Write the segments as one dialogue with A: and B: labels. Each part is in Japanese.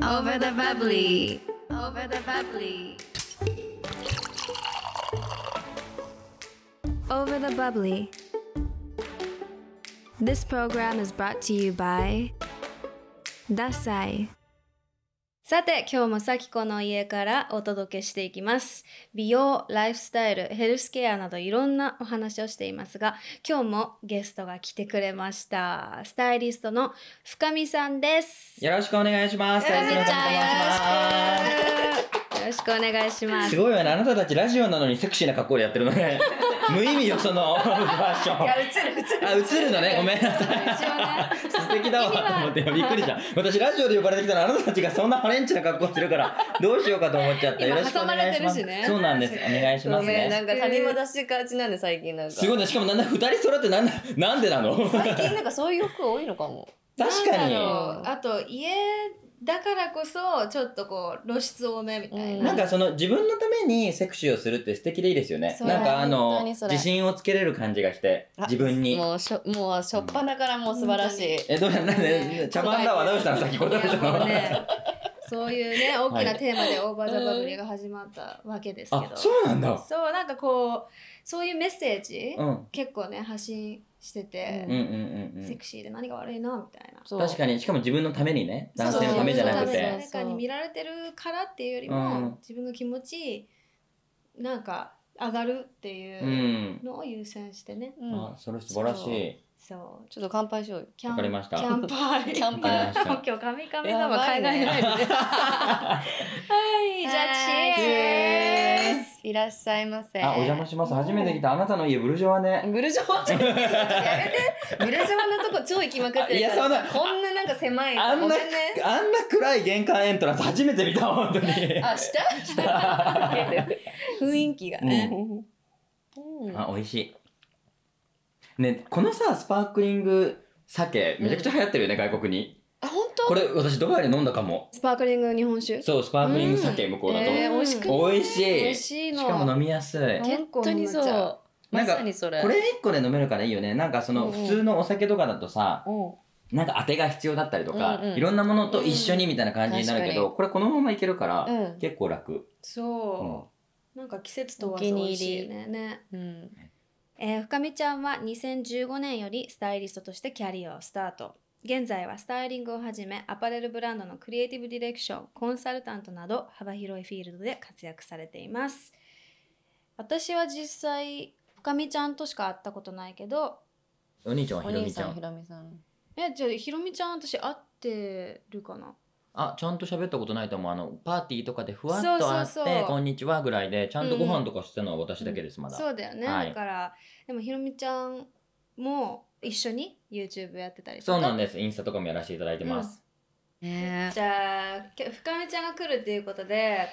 A: Over the bubbly. Over the bubbly.
B: Over the Bubbly. This program is brought to you by ダサイさて今日もさきこの家からお届けしていきます美容ライフスタイルヘルスケアなどいろんなお話をしていますが今日もゲストが来てくれましたスタイリストの深見さんです
C: よろしくお願いします。
B: 深見ち
C: 大豆の
B: ゃん
C: 神と申し
B: よろしくよろしくお願いしま
C: ま
B: す
C: すすごいわね、あなたたちラジオなのにセクシーな格好でやってるのね。無意味よ、そのファッション。あ、
A: 映る映る。
C: 映るのね、ごめんなさい。
B: 一応ね
C: 素敵だわと思って、びっくりした。私、ラジオで呼ばれてきたら、あなたたちがそんなハレンチな格好してるから、どうしようかと思っちゃった。
B: 今
C: よろしくお願いします。
B: 挟まれてるしね
C: そうなんです。お願いします
A: ごめん、な
C: ね。
A: んか谷間出しがちなんで最近なんか。
C: すごいね、しかもなんだ、二人揃ってなんだ、なんでなの
A: 最近なんかそういう服多いのかも。
C: 確か
B: なん
C: に
B: だ。ろうあと家だからこそちょっとこう露出多めみたいな,、
A: うん
C: なんかその自分のためにセクシーをするって素敵でいいですよね。
A: そう
C: なんかあ
A: 本
C: の
A: 当にそれ
C: 自信をつけれる感じがして
A: あ
C: 自分に。
A: もうしょ、もうしょっぱなからもう素晴らしい。
C: えどうやなん
B: ね
C: で茶番だわどうしたのさっきどうした
B: いやもう
C: の。
B: ねそういうね大きな
C: はい
B: テーマでオーバー・ザ・バブリーが始まったわけですけど、
C: あそうなんだ。
B: そうなんかこうそういうメッセージ、
C: うんうん
B: 結構ね発信してて
C: うんう、ん
B: セクシーで何が悪いのみたいな。
A: そう
C: うん。確かにしかも自分のためにね
A: そう
C: 男性のためじゃなく
B: そうそう
C: て。
B: そう誰かに見られてるからっていうより
C: う
B: も、
C: ん。
B: 自分の気持ちなんか上がるっていううんのを優先してね、
A: うん
C: あそれ素晴らしい。
B: そう
A: ちょっと乾杯しようよ。
B: キャン
C: わかりました
B: キャンパー。
A: キャンパ
C: ー
B: も う今日カミカミだ
A: や
B: わ。
A: ばい
B: 海外
A: ね
B: ライブで。はい、じゃあ、チェーズ。
A: いらっしゃいませ。
C: あお邪魔します初めて来たあなたの家ブルジョワね。
A: ブルジ ョワちょっとやめて。ブルジョワのとこ超行きまくってるから
C: いやそんな
A: こんななんか狭い。
C: あん
A: ご
C: な
A: めね
C: あんな暗い玄関エントランス初めて見た本当に。
A: あ、した
B: 雰囲気が
C: ね
B: ね。
A: うん
C: あ美味しいねこのさスパークリング酒めちゃくちゃ流行ってるよね、外国に
A: あ、本当
C: これ私ドバイで飲んだかも
B: スパークリング日本酒。
C: そうスパークリング酒向こうだと、
A: えー美味しくない
C: 美味しい
B: 美味しい
C: しかも
B: の。
C: 飲みやすい
A: 本当にそ
B: 結構飲んじゃ
A: う。まさにそれ。
C: これ1個で飲めるからいいよねなんかその
A: うんうん
C: 普通のお酒とかだとさ
A: うん
C: なんか当てが必要だったりとか、
A: うんうん
C: いろんなものと一緒にみたいな感じになるけ
A: うん
C: ど、これこのままいけるから、
A: うん
C: 結構楽、うん
B: そ、う。なんか季節とは美味しいね。ね。
A: うん。
B: えー深見ちゃんは2015年よりスタイリストとしてキャリアをスタート現在はスタイリングをはじめアパレルブランドのクリエイティブディレクションコンサルタントなど幅広いフィールドで活躍されています私は実際深見ちゃんとしか会ったことないけど
C: お兄ちゃんは
A: お
C: ひろ
A: 兄
C: みちゃ
A: さ
C: ん
A: ん、ひろみさん。
B: えじゃあひろみちゃん私会ってるかな
C: あちゃんと喋ったことないと思うあのパーティーとかでふわっ
B: そう
C: と
B: そ
C: 会
B: う
C: って
B: そう
C: こんにちは」ぐらいでちゃんとご飯とかしてたのは私だけです、まだ
B: そうだよね、
C: はい
B: だからでもひろみちゃんも一緒に YouTube やってたりとか
C: そうなんです。インスタとかもやらせていただいてます。
A: ね
B: じゃあきょ深見ちゃんが来るっていうことで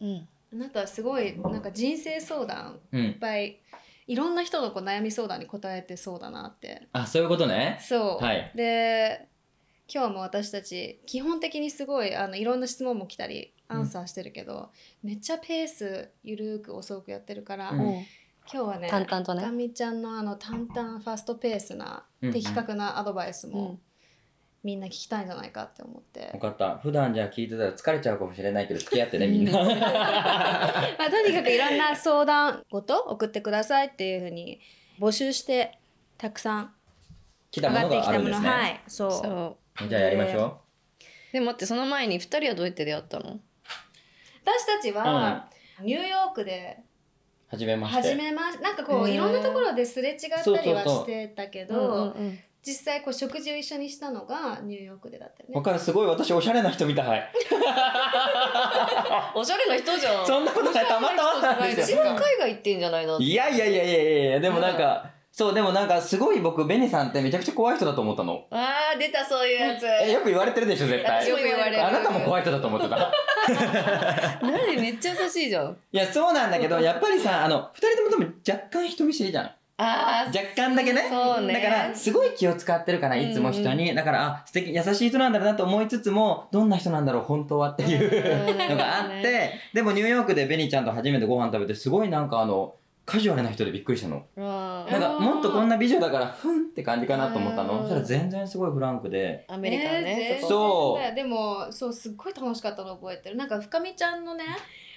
A: うん。
B: あなたはすごいなんか人生相談
C: うん。
B: いっぱいいろんな人のこう悩み相談に答えてそうだなって
C: あ、そういうことね。
B: そう、
C: はい
B: で今日も私たち基本的にすごいあのいろんな質問も来たりアンサーしてるけど、めっちゃペースゆるく遅くやってるから、
C: う
B: 今
C: ん
B: 日はね
A: 淡々とね
B: かみちゃんのあの淡々ファストペースな
C: うん
B: 的確なアドバイス
A: う
B: も
A: ん。
B: みんな聞きたいんじゃないかって思って、
C: よかった。普段じゃあ聞いてたら疲れちゃうかもしれないけど、付き合ってね、みんな。
B: まあ、とにかくいろんな相談事送ってくださいっていうふうに募集してたくさん
C: 来た
B: 上が
C: もの
B: って
C: が
B: き
C: あ
B: た
C: る
B: も
C: ん
B: の
C: です
B: は
C: ね。
B: いそう
A: そう。
C: じゃあやりましょ
A: で、待って、その前に二人はどうやって出会ったの
B: 私たちは、ニューヨークで
C: う。はじめまし
B: 始
C: て。
B: めましなんかこう
A: へー
B: いろんなところですれ違った
C: そう
B: り
C: そう
B: は
C: そう
B: してたけど
A: うんうん
B: 実際こう食事を一緒にしたのがニューヨークでだったよ
C: わ
B: ね
C: かる、すごい私、おしゃれな人みたい。
A: あおしゃれな人じゃ ん。
C: そんなことない、たまたまなんです
A: 一
C: よ。
A: 番海外行ってんじゃないの。
C: いやいやいやいやいやいや、でもなんか、そう、でもなんか、すごい僕、ベニさんってめちゃくちゃ怖い人だと思ったの。
A: ああ、出た、そういうやつ。
C: え、よく言われてるでしょ、絶対
A: 私も。言われる。
C: あなたも怖い人だと思って た。
A: なんでめっちゃ優しいじゃん。
C: いや、そうなんだけど、やっぱりさ、あの、二人とも多分若干人見知りじゃん。
A: ああ、
C: 若干だけね
A: そうね
C: だからすごい気を使ってるからいつも人に、だからあ素敵優しい人なんだろうなと思いつつもどんな人なんだろう本当はっていう
A: うん
C: のがあって、でもニューヨークでベニちゃんと初めてご飯食べてすごいなんかあのカジュアルな人でびっくりしたの
A: わ
C: なん
A: あ
C: かもっとこんな美女だからふんって感じかなと思った
A: うん
C: のそしたら全然すごいフランクで
A: アメリカのね、
B: えー全
A: そこ
C: そう
B: 然だよでもそうすっごい楽しかったの覚えてるなんか深見ちゃんのね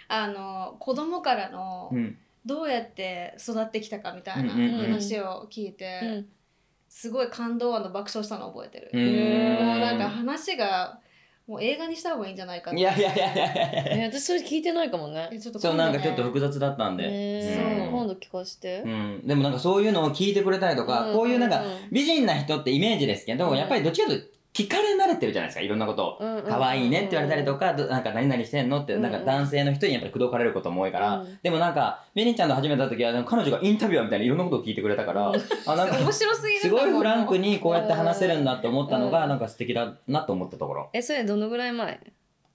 B: あの子供からの
C: うん
B: どうやって育ってきたかみたいな
C: うんうん
A: うん
B: 話を聞いて、
A: うん
B: すごい感動の爆笑したの覚えてる、
C: う
A: うん
B: もうなん
C: ん
B: か話がもう映画にした方がいいんじゃないかって
C: いやいやいやいやいや
A: ね私それ聞いてないかもね
B: えちょっと
C: そうなんかちょっと
B: 今度ね
C: 複雑だったんで、
A: ね
B: うん
A: 今度聞かせて
C: う、ん、でもなんかそういうのを聞いてくれたりとか、こういうなんか美人な人ってイメージですけど、
A: うん
C: やっぱりどっちかというと聞かれ慣れてるじゃないですかいろんなことを。可
A: 可
C: 愛いねって言われたりとか、どなんか何々してんのって、
A: うんう
C: なんんか男性の人にやっぱり口説かれることも多いから、
A: うん
C: でもなんか、メリちゃんと始めた時は、なんか彼女がインタビュアーみたいにいろんなことを聞いてくれたから、あ、なん
B: 面
C: か、
B: 白すぎる
C: すごいフランクにこうやって話せるんだって思ったの
A: う
C: が、
A: ん
C: なんか素敵だなと思ったところ。
A: えそれどのぐらい前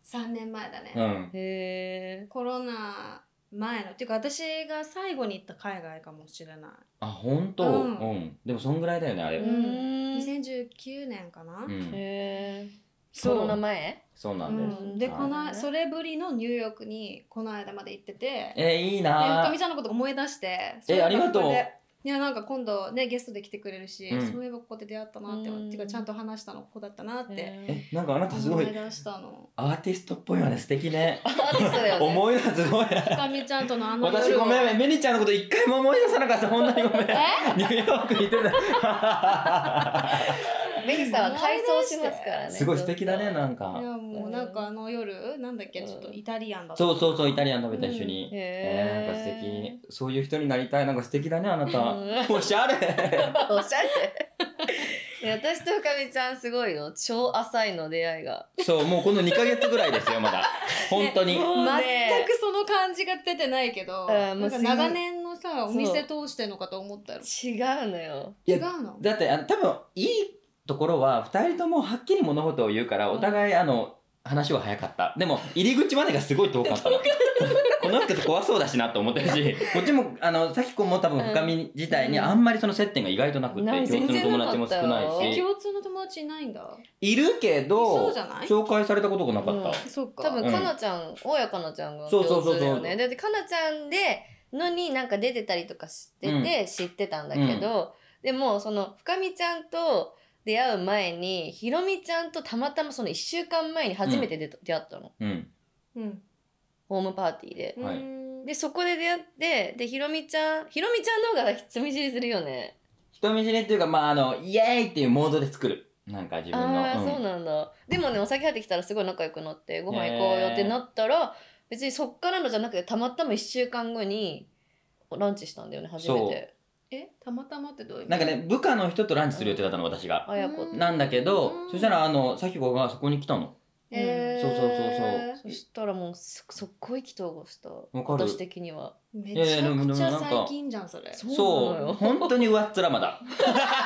B: 3年前だね、
C: うん。
A: へえ
B: コロナ前のっていうか私が最後に行った海外かもしれない
C: あ、ほんと、
B: う
C: うんん、でもそんぐらいだよね、あれ。
A: う
C: うんん。
B: 2019年かな、
A: へえ
B: そう
A: コロナ前
C: そうな
B: うん
C: です。
B: ん、で
C: はい
B: このそれぶりのニューヨークにこの間まで行っててで
C: えー、いい
B: 深
C: な
B: 見
C: ー
B: ちゃんのこと思い出して
C: えありがとう
B: そういえばここでいやなんか今度ねゲストで来てくれるし、
C: うん
B: そういえばここで出会ったなって、
A: うん
B: てかちゃんと話したのここだったなって
A: え
C: え、なんかあなたす
B: 思
C: ご
B: い
C: い、
B: 出したの
C: アーティストっぽいわね、素敵ね。
A: アーティストだよね
C: 思い出すごい。
B: 深見ちゃんとのあの
C: 私ご めん、メリちゃんのこと一回も思い出さなかった、ほんとにごめん。
B: え
C: ニューヨーク行ってた。
A: メリさんは体操しますから ね
C: すごい素敵だね、
A: ずっ
C: なん
B: い
C: か。
B: やもうなんかあの夜なんだっけちょっとイタリアンだった
C: そうそうそう、イタリアン食べた一緒に
A: と。
C: えー、なんか
A: へ
C: 素敵。そういう人になりたい、なんか素敵だね、あな
A: う
C: た。おしゃ れ。
A: え おしゃれね私と深見ちゃんすごいの超浅いの出会いが
C: そう、もうこの2ヶ月ぐらいですよ、まだ。本当に。
A: もうね
B: 全くその感じが出てないけど、
A: んも
B: な
A: うん
B: か長年のさ
A: そう
B: お店通してんのかと思ったよ
A: 違うのよ
C: い
B: 違
C: や
B: うの
C: だって、あの多分、いいところは、2人ともはっきり物事を言うから、お互い、あの、話は早かった。でも、入り口までがすごい遠かったの。この人って怖そうだしなと思ってるし、こっちも、あの、咲子も多分深み自体に
A: うん
C: あんまりその接点が意外となくて、
A: ない
C: 共通の友達も少な
A: 全然なかった
C: い
A: よ
B: え
C: し、
B: 共通の友達いないんだ
C: いるけ
B: そ
C: ど
B: うじ、ゃない
C: 紹介されたことがなかった。
A: うん
B: そうか
A: 多分
C: うん
A: かなちゃん、大家かなちゃんが
C: そ
A: 共
C: うそうそうそう
A: 通だよねだってかなちゃんでのになんか出てたりとかしてて知ってたんだけど、でもその深見ちゃんと出会う前にひろみちゃんとたまたまその1週間前に初めて出,、出会ったの
C: うん。
B: うん
A: ホームパーティーで。
C: はいう
B: ーん
A: でそこで出会ってでひろみちゃんひろみちゃんの方が人見知りするよね
C: 人見知りっていうか、まあ、あの、イエーイっていうモードで作る。なんか自分の。
A: ああ、
C: うん
A: そうなんだでもねお酒入ってきたらすごい仲良くなってご飯行こうよってなったら、別にそっからのじゃなくてたまたま1週間後にランチしたんだよね初めて
B: えたまたまってどういう意味
C: なんかね、部下の人とランチする予定だったの、私が。
A: あやこって
B: うん
C: なんだけど
B: うん、
C: そしたら、あの、咲子がそこに来たの。
B: えー
C: そうそうそう
A: そしたらもうす速攻意気投合した
C: わかる
A: 私的には
B: めちゃくちゃ最近じゃんそれ
A: そうなの
C: そう。
A: よ
C: 本当に上っ面ま だ。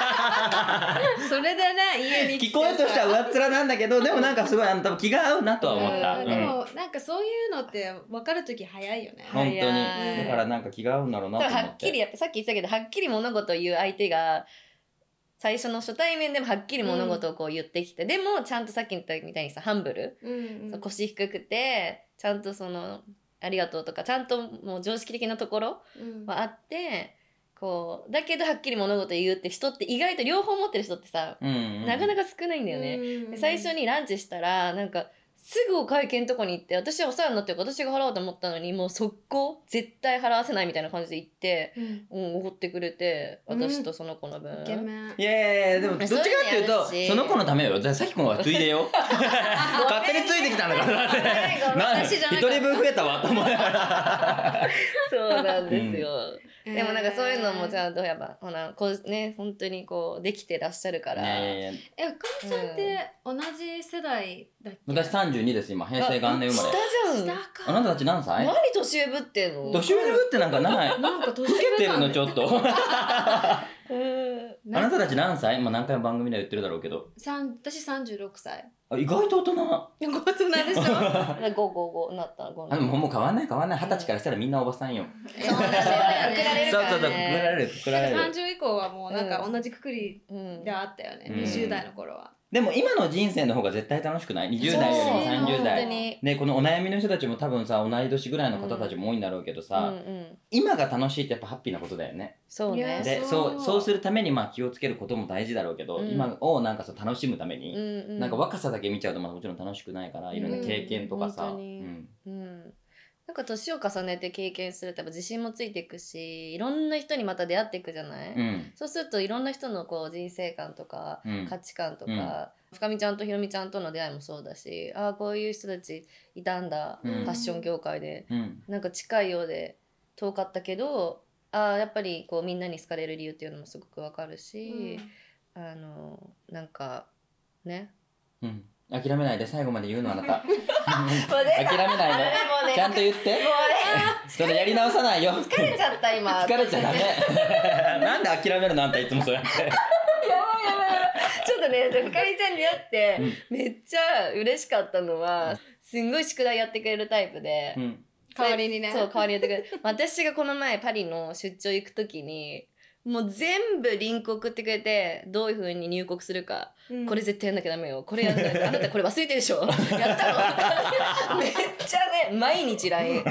B: それでね家に来て
C: 聞こえとしては
B: さ
C: 上っ面なんだけど、でもなんかすごい、あの、多分気が合うなとは思っ
B: う
C: た。うんん
B: でもなんかそういうのって分かる時早いよね
C: 本当に
A: 早い
C: だからなんか気が合うんだろうな
A: だ
C: と
A: か
C: 思っ
A: ら
C: て
A: はっきりやっぱさっき言ってたけどはっきり物事を言う相手が最初の初対面でもはっきり物事をこう言ってきて、でもちゃんとさっき言ったみたいにさハンブル、
B: うんうん
A: 腰低くてちゃんとそのありがとうとかちゃんともう常識的なところ
B: うん
A: はあってこうだけどはっきり物事言うって人って意外と両方持ってる人ってさ、
C: うんうん、
A: なかな
C: か
A: か少ないんだよね。
B: うん
A: で最初にランチしたらなんかすぐお会計のとこに行って私はお世話になってるから私が払おうと思ったのにもう速攻絶対払わせないみたいな感じで行って
B: うん
A: うんおごってくれて
B: うん
A: 私とその子の分、
B: イケメン
C: いやいやいやでもどっちかっていうと
A: そういうのやるし
C: その子のためよだから咲子はついで よ勝手についてきたのかなって
A: ごめん
C: なん
B: 私
C: 一
B: じゃなかった
C: 人分増えたわと思いなが ら
A: そうなんですよ、でもなんかそういうのもち
B: ん
A: ゃんとやっぱほらこうね本当にこうできてらっしゃるから、
C: ねえ
B: え、かみちゃんって同じ世代だっけ、
C: 私32です今平成元年生まれ
A: 下じ
B: 下
A: ゃん
B: か
C: あなたたち何歳
A: 何年上ぶってんの
C: 年上の分ってなんかない老
B: なんか年上
C: けてる
B: だ
C: の
B: ね
C: ちょっとあ
A: うん
C: なたたち何歳まあ何回も番組では言ってるだろうけど
B: 三私36歳
C: あ意外と大人
B: 大 人でしょ
A: 555なった5
C: あもうもう変わんない変わんない二十歳からしたらみんなおばさんよ
A: そうだよねくられ
C: そう
A: る
C: そ
A: か
C: うそう
A: ら
C: くくら
A: ね
C: れるくくられる
B: 30以降はもうなんか同じくくり
A: うん
B: であったよね、
C: うん
B: 20代の頃は
C: でも今の人生の方が絶対楽しくない20代よりも
A: そう
C: 30
A: 本当
C: 代
A: に
C: ねこのお悩みの人たちも多分さ同い年ぐらいの方たちも多いんだろうけどさ、
A: うんうん、
C: 今が楽しいってやっぱハッピーなことだよね
A: そう
B: いや
A: ね。
C: で
B: そう
C: そうそうするためにまあ気をつけることも大事だろうけど、
A: うん
C: 今をなんかさ楽しむために、
A: うんうん、
C: なんか若さだけ見ちゃうとまあもちろん楽しくないからいろんな経験とかさ、
A: うん本当にうん、なんか年を重ねて経験するとやっぱ自信もついていくしいろんな人にまた出会っていくじゃない、
C: うん
A: そうするといろんな人のこう人生観とか
C: うん
A: 価値観と
C: うん
A: か、深見ちゃんとひろみちゃんとの出会いもそうだしああこういう人たちいたんだ、
C: うん
A: ファッション業界で
C: うん
A: なんか近いようで遠かったけどああやっぱりこうみんなに好かれる理由っていうのもすごくわかるし、あのなんかね
C: うん諦めないで最後まで言うのあな た
A: もう
C: 諦めないで
A: もうね
C: ちゃんと言ってそれやり直さないよ
A: 疲れちゃった今
C: 疲れちゃダメ なんで諦めるのあんたいつもそうやって
A: やばいやばいやばいちょっとねでかりちゃんに会ってめっちゃ嬉しかったのはすんごい宿題やってくれるタイプで
C: う、ん
B: 代わりにね
A: そう代わりやってくれる 私がこの前パリの出張行く時にもう全部リンク送ってくれてどういう風に入国するか、
B: うん
A: これ絶対やんなきゃダメよこれやんなき ゃダメあなたこれ忘れてるでしょやったのめっちゃね毎日 LINE
B: す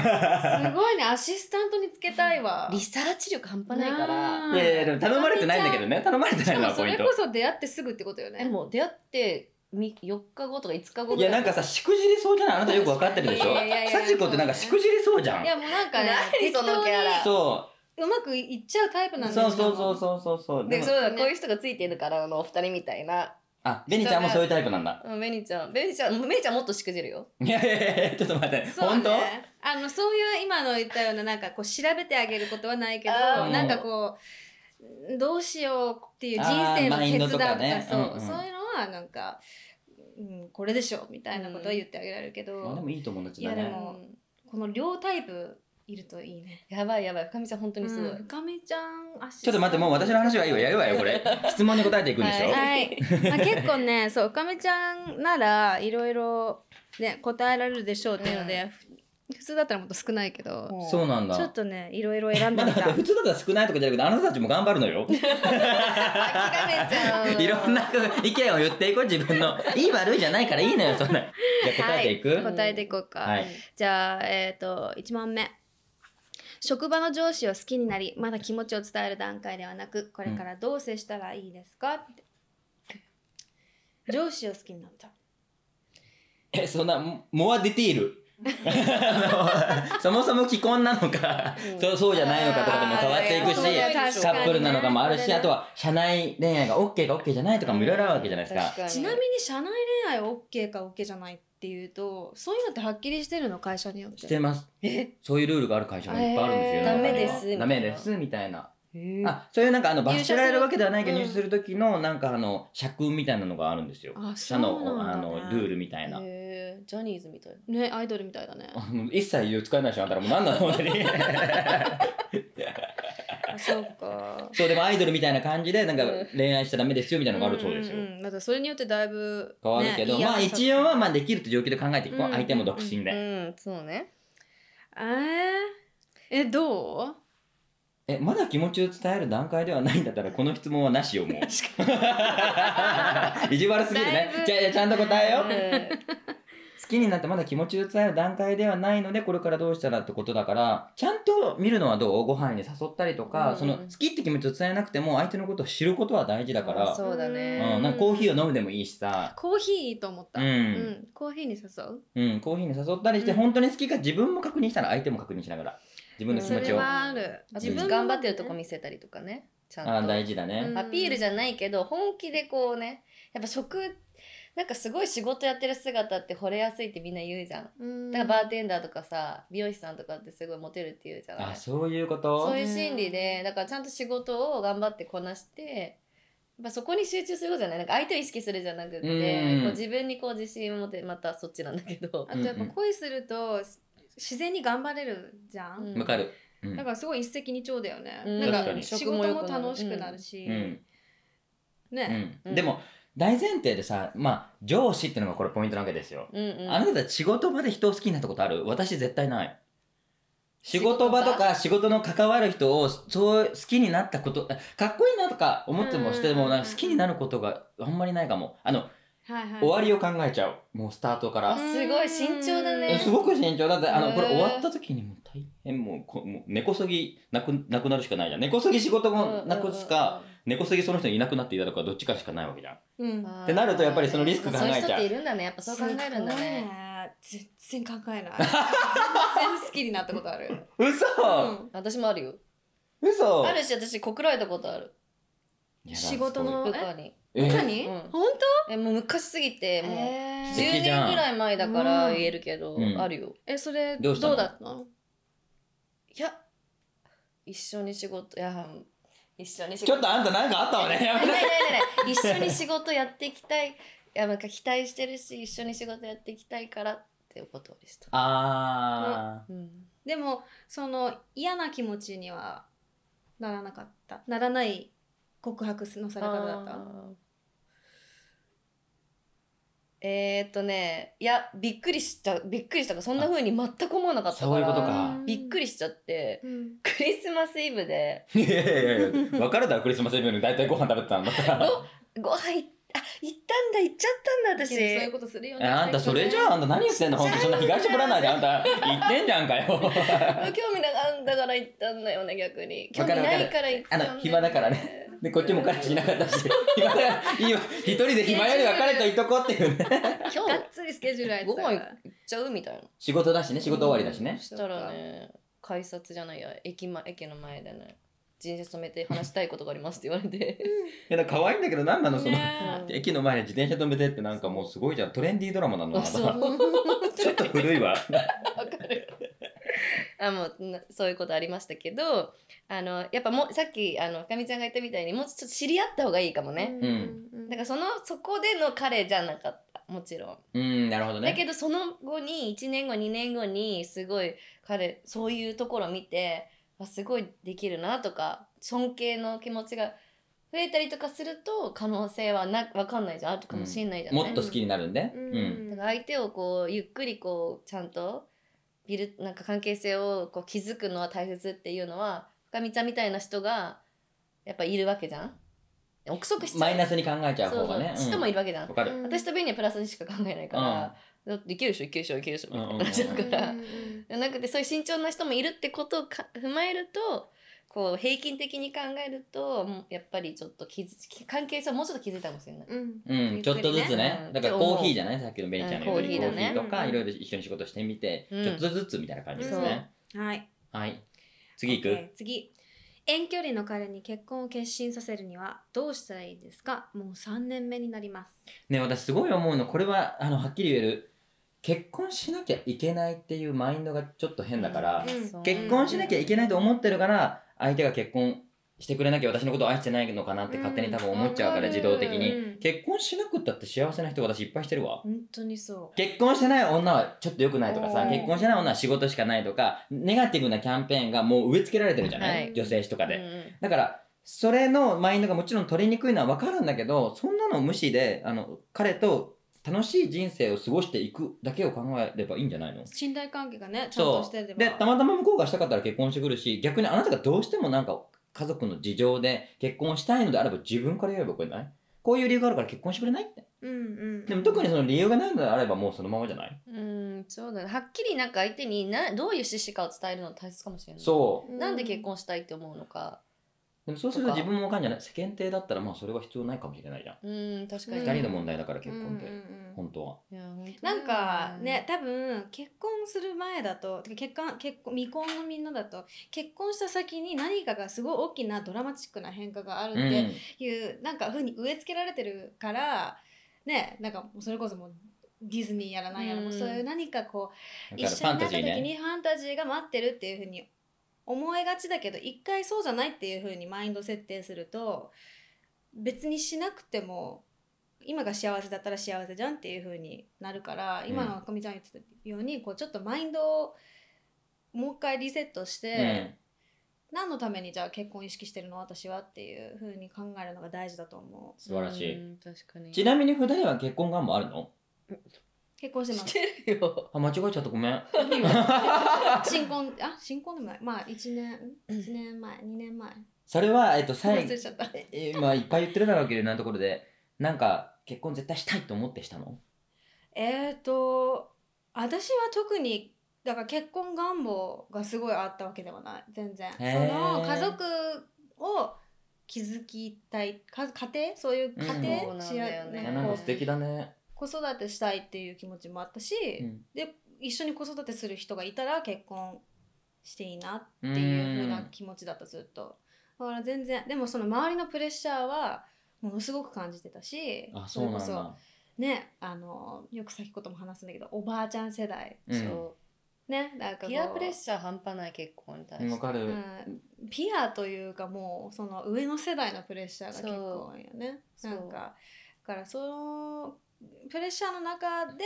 B: ごいねアシスタントにつけたいわ
A: リサーチ力半端ないから。
C: いやいやでも頼まれてないんだけどね頼まれて
B: し
C: ない
B: かも
C: のは
B: そ
C: ポイン
B: れ
C: ト
B: こそ出会ってすぐってことよ
A: え
B: ね
A: もう出会ってみ4日後とか5日後
C: い
A: とか
C: やなんかさしくじりそうじゃないあなたよくわかってるでし
B: い
C: ょ
B: やいやいや
C: さちこってなんかしくじりそうじゃん
B: いやもうなんかね
A: 何
B: 適
A: そ
B: 当
A: の
B: に
A: キャラ
C: そう
B: まくいっちゃうタイプなんです
C: そうそうそうそうそうそうで
A: で
C: も
A: そうだ、
B: ね
A: こういう人がついてるからあのお二人みたいな
C: あベニちゃんもそういうタイプなんだ
A: うんメニちゃんメニちゃんメニちゃんもっとしくじるよ
C: いやいやいやちょっと待って
B: そう
C: 本当
B: ね、あのそういう今の言ったようななんかこう調べてあげることはないけど
A: あ
C: ー
B: なんかこうどうしようっていう人生の
C: あーマインド
B: 決
C: と
B: 断
C: か
B: とか
C: ね
B: そう
C: うんうん
B: そういうのはなんか、うん、これでしょみたいなことは言ってあげられるけど、
C: あでもいい友達
B: い
C: だ
B: やで
C: ね
B: も、この両タイプいるといいね。
A: やばいやばい深見ちゃん本当にすごい、
B: うん深見ちゃん
C: ちょっと待ってもう私の話はいいわやるわよこれ質問に答えていくんでしょ
A: は
B: はい、 まあ、結構ねそう深見ちゃんならいろいろね答えられるでしょうっていうので、ふ普通だったらもっと少ないけど、
A: も
C: そうなんだ
B: ちょっとねいろいろ選んで
C: ま
B: み
C: あだって
B: た
C: 普。通だったら少ないとかじゃなくてあなたたちも頑張る のよ
A: 諦めちゃう
C: いろんな意見を言っていこう自分のいい悪いじゃないからいいのよそんなじゃあ 答えていく
B: はい、答えていこうか、
C: はい
B: じゃあえっ、と1問目職場の上司を好きになりまだ気持ちを伝える段階ではなくこれからどう接したらいいですか、って上司を好きになった
C: えそんなモアディティールあのそもそも既婚なのか、そうそうじゃないのかとかでも変わっていく
B: あーそうだ
C: し
B: よ確
C: カ
B: かにね
C: ップルなのかもある
B: そ
C: し、
B: れね
C: あとは社内恋愛が OK か OK じゃないとかもいろいろあるわけじゃないですか。
B: ちなみに社内恋愛は OK か OK じゃないっていうとそういうのってはっきりしてるの会社によっ
C: しててます。そういうルールがある会社もいっぱいあるんですよ。
B: えー
C: 世の中には
A: ダメです
C: ダメですみたいな。
A: に
C: あ、そういうなんかあの罰せられるわけではないけど
B: 入
C: 入
B: 社
C: 社
B: す
C: する時のなんかあの社訓みたいなのがあるんですよ。
B: あそう
C: 社の
B: な
C: あ
B: んだね
C: のルールみたいな。
A: へえジャニーズみたいな
B: ねアイドルみたいだね
C: あもう一切言う使えないでしょあんたらもう何なの本当 に。
B: あそうか
C: そうでもアイドルみたいな感じでなんか
A: うん
C: 恋愛しちゃダメですよみたいなのがあるそうですよ。
B: んんまたそれによってだいぶ、
C: 変わるけど、
B: ねいい
C: まあ
B: 優しさ
C: 一応はまあできると状況で考えていこう、
B: うん
C: 相手も独身で、
A: うんそうね
B: えーえどう
C: えまだ気持ちを伝える段階ではないんだったらこの質問はなしよ もう意地悪すぎるね
B: だいぶ
C: じゃあじゃあちゃんと答えよ、
A: う
C: 好
A: ん
C: きになってまだ気持ちを伝える段階ではないのでこれからどうしたらってことだからちゃんと見るのはどうご飯に誘ったりとか、
A: うん
C: その好きって気持ちを伝えなくても相手のことを知ることは大事だから
A: あそうだ
C: う
A: ね
C: ん、なんかコーヒーを飲むでもいいしさ
B: コーヒーいいと思った、
C: うん
B: うんコーヒーに誘う
C: うん、コーヒーに誘ったりして、
B: うん
C: 本当に好きか自分も確認したら相手も確認しながら自分の気
B: そ
C: 持
B: れ
C: ちを、
B: はある
A: あと
C: 自分も
A: 頑張ってるとこ見せたりとかねちゃんと
C: あー大事だね、
B: うん
A: アピールじゃないけど本気でこうねやっぱ職なんかすごい仕事やってる姿って惚れやすいってみんな言うじゃんだからバーテンダーとかさ美容師さんとかってすごいモテるって言うじゃな
C: あ
A: い
C: そういうこと
A: そういう心理でだからちゃんと仕事を頑張ってこなしてやっぱそこに集中することじゃないなんか相手を意識するじゃなくっ
C: うん
A: てこう自分にこう自信を持ってまたそっちなんだけど
B: あとやっぱ恋すると、自然に頑張れるじゃん、
A: うん
C: わかる、うん
B: だからすごい一石二鳥だよね、
A: うん
B: なん
C: 確か
B: か
C: に
B: 仕事も楽しくなるし、
C: うん
B: ね、
C: う
A: うん
C: ん、でも大前提でさ、まあ、上司ってのがこれポイントなわけですよ、
A: うんうん
C: あなたたち仕事場で人を好きになったことある私絶対ない仕事場とか仕事の関わる人をそう好きになったことかっこいいなとか思ってもして
B: うんうんうん
C: もなんか好きになることがあんまりないかもあの
B: はいはい、
C: 終わりを考えちゃうもうスタートから、
A: あすごい慎重だ
C: え
A: ね
C: すごく慎重だってあ
A: へ
C: の
A: ー
C: これ終わった時にもう大変もうこもう根こそぎなくなくなるしかないじゃん根こそぎ仕事もなくすか、根こそぎその人いなくなっていたとかどっちかしかないわけじゃん
B: うん
A: っ
C: ってなるとやっぱりそのリスク考えちゃう
A: そういう人っているんだねやっぱそう考えるんだね
B: すごいね全然考えない全然好きになったことあ る、
C: 嘘、
A: 私もあるよ
C: 嘘
A: あるし私告られたことある
C: やだ
B: 仕事の
A: 部下に
C: え
B: うん、何、
A: うん
B: 本
A: えもう昔すぎて
B: 当
A: もう
B: え
C: じゃ
A: 10年ぐらい前だから言えるけど、
C: うん
A: あるよ
B: えそれ
C: ど
B: ど
C: う
B: う
C: したの
B: だったの
A: いや一緒に仕事いや一緒に仕
C: ちょ
A: 事
C: っとあんたなんかあったわねやめ
A: ねえね
C: なさい
A: えねえねえ一緒に仕事やっていきたいいやなんか期待してるし一緒に仕事やっていきたいからってお断りした、
C: あ
A: うん、
B: でもその嫌な気持ちにはならなかったならない告白のされ方だった
A: あーえー、っとねいやびっくりしたびっくりしたからそんな風に全く思わなかったから
C: そういうことか
A: びっくりしちゃって
B: うん
A: クリスマスイブで
C: ーいやいやいや分かるだろクリスマスイブに大体ご飯食べてたんだ から
A: どご飯いあ行ったんだ行っちゃったんだ
B: けどそ
A: 私
B: ういうことするよ
C: え
B: ね
C: あんたそれじゃああんた何してんの本当そんな被害者ぶらないであんた言ってんじゃんか よ
A: 興味なかったから行ったんだよね逆に興
C: わか
A: 味
C: るわか
A: な
C: る
A: いから行ったんだよ、
C: あの
A: ね、
C: 暇だからねでこっちも彼氏いなかったし暇だからいいわ一人で暇より別れといとこうっていうね
A: 今日
B: が
A: 行
B: っつりスケジュール空いてた
A: ご飯っちゃうみたいな
C: 仕事だしね仕事終わりだしね
A: そしたらね改札じゃないや駅,、ま、駅の前でね人生止めて話したいことがありますって言わ れて
C: いやだから可愛いんだけど何なのその、
B: ね
A: え
C: 駅の前に自転車止めてってなんかもうすごいじゃんトレンディードラマなのか
A: あ
C: な
A: そう
C: ちょっと古いわ
A: わかるあもうなそういうことありましたけどあのやっぱもうさっきあの深見ちゃんが言ったみたいにもうちょっと知り合った方がいいかもね、
B: うん
A: だからそのそこでの彼じゃなかったもちろん
C: うんなるほど
A: だ
C: ね
A: けどその後に1年後2年後にすごい彼そういうところ見てあすごいできるなとか尊敬の気持ちが増えたりとかすると可能性はな分かんないじゃんあるかもしれないじゃない、
C: もっと好きになるんで、う
B: うんん
A: だから相手をこうゆっくりこうちゃんとビルなんか関係性をこう築くのは大切っていうのは深見ちゃんみたいな人がやっぱいるわけじゃん憶測しちゃう
C: マイナスに考えちゃう
A: そ
C: 方
A: うそ
C: が
A: う
C: ね
A: 人もいるわけじゃん、
C: うんわかる、
A: 私とベニはプラスにしか考えないから、だっていけるでしょいけるでしょいけるでしょみたいな感じだか
C: だ
A: ら、なくてそういう慎重な人もいるってことをか踏まえるとこう平均的に考えるともうやっぱりちょっと気づき関係性をもうちょっと気づいたかもしれない。
C: うんちょっとずつね
A: うん
C: だからコーヒーじゃないさっきのベニちゃんの言うように
A: うん
C: コー
A: コー
C: ヒ
A: ヒ
C: ー
A: ー
C: と
B: だね
C: か
B: うん
C: いろいろ一緒に仕事してみて、
A: うん
C: ちょっとずつみたいな感じですね、
B: はい
C: はい次いく、
B: OK 次遠距離の彼に結婚を決心させるにはどうしたらいいですかもう3年目になります
C: ね私すごい思うのこれはあのはっきり言える結婚しなきゃいけないっていうマインドがちょっと変だから、
B: うん
A: そう
C: 結婚しなきゃいけないと思ってるから相手が結婚してくれなきゃ私のことを愛してないのかなって勝手に多分思っちゃうから
A: うん
C: 自動的に、
B: うん
C: 結婚しなくったって幸せな人私いっぱいしてるわ
B: 本当にそ
C: 結婚してない女はちょっと良くないとかさ
A: おー
C: 結婚してない女は仕事しかないとかネガティブなキャンペーンがもう植え付けられてるじゃない、
A: はい
C: 女性誌とかで、
A: うんうん
C: だからそれのマインドがもちろん取りにくいのは分かるんだけどそんなのを無視であの彼と楽しい人生を過ごしていくだけを考えればいいんじゃないの
B: う信頼関係がねちゃんと
C: そ
B: し
C: う
B: てれば
C: でたまたま向こうがしたかったら結婚してくるし逆にあなたがどうしてもなんか家族の事情で結婚したいのであれば自分から言えばよくないこういう理由があるから結婚してくれないって
B: うんうん
C: でも特にその理由がないのであればもうそのままじゃない
A: うんそうだねはっきりなんか相手になどういう趣旨かを伝えるの大切かもしれない
C: そう
A: なんで結婚したいって思うのか
C: うでもそうすると
A: とか
C: 自分も分かんじゃない世間体だったらまあそれは必要ないかもしれないじゃん
A: うん確かに、
B: うん
C: 二人の問題だから結婚って、
B: うんうんうん
C: 本当はい
A: や本当だよね
B: なんかね多分結婚する前だとてか結婚結婚未婚のみんなだと結婚した先に何かがすごい大きなドラマチックな変化があるっ
C: う
B: て
C: ん
B: いう、なんかふうに植え付けられてるからねなんかもうそれこそもうディズニーやらなんやら、もう
A: うん
B: そういう何かこう
C: だ
B: 一
C: から
B: 緒
C: フ
B: になった
C: ァンタジ
B: 時
C: ーね
B: にファンタジーが待ってるっていうふうに思いがちだけど一回そうじゃないっていうふうにマインド設定すると別にしなくても今が幸せだったら幸せじゃんっていうふうになるから今のあかみちゃんが言ってたように、こうちょっとマインドをもう一回リセットして。
C: うん
B: 何のためにじゃあ結婚意識してるの私はっていうふうに考えるのが大事だと思う
C: 素晴らしい、
A: うん確かに
C: ちなみに二人は結婚願望あるの
B: 結婚してま
A: し
B: す
A: てるよ
C: あ間違えちゃったごめん
B: 新婚あ新婚でもないまあ1年1年前2年前
C: それはえっと最
B: 忘
C: 後
B: れちゃった
C: え今いっぱい言ってるだろうけどいろんなところでなんか結婚絶対したいと思ってしたの
B: えー、と私は特にだから結婚願望がすごいあったわけではない全然そ
C: へー
B: の家族を築きたいか家庭そういう家
A: うん
B: 庭、
A: そうなんだよ
C: い
A: ね
B: し
C: や
B: あ
C: な
B: なんん
C: か
B: か
C: 素敵だね、
B: こう子育てしたいっていう気持ちもあったし、
C: うん
B: 一緒に子育てする人がいたら結婚していいなっていう風な気持ちだったずっとだから全然でもその周りのプレッシャーはものすごく感じてたし
C: あそうなんだ
B: れこそねあのよく先ことも話すんだけどおばあちゃん世代
C: うん
A: そ
B: ねなんかこ
A: う
B: う
A: ピアプレッシャー半端ない結婚に対
C: うん
A: し
C: わ
A: て
C: かる、
B: うんピアというかもうその上の世代のプレッシャーが結構多いよね
A: そう
B: なんかだからそのプレッシャーの中で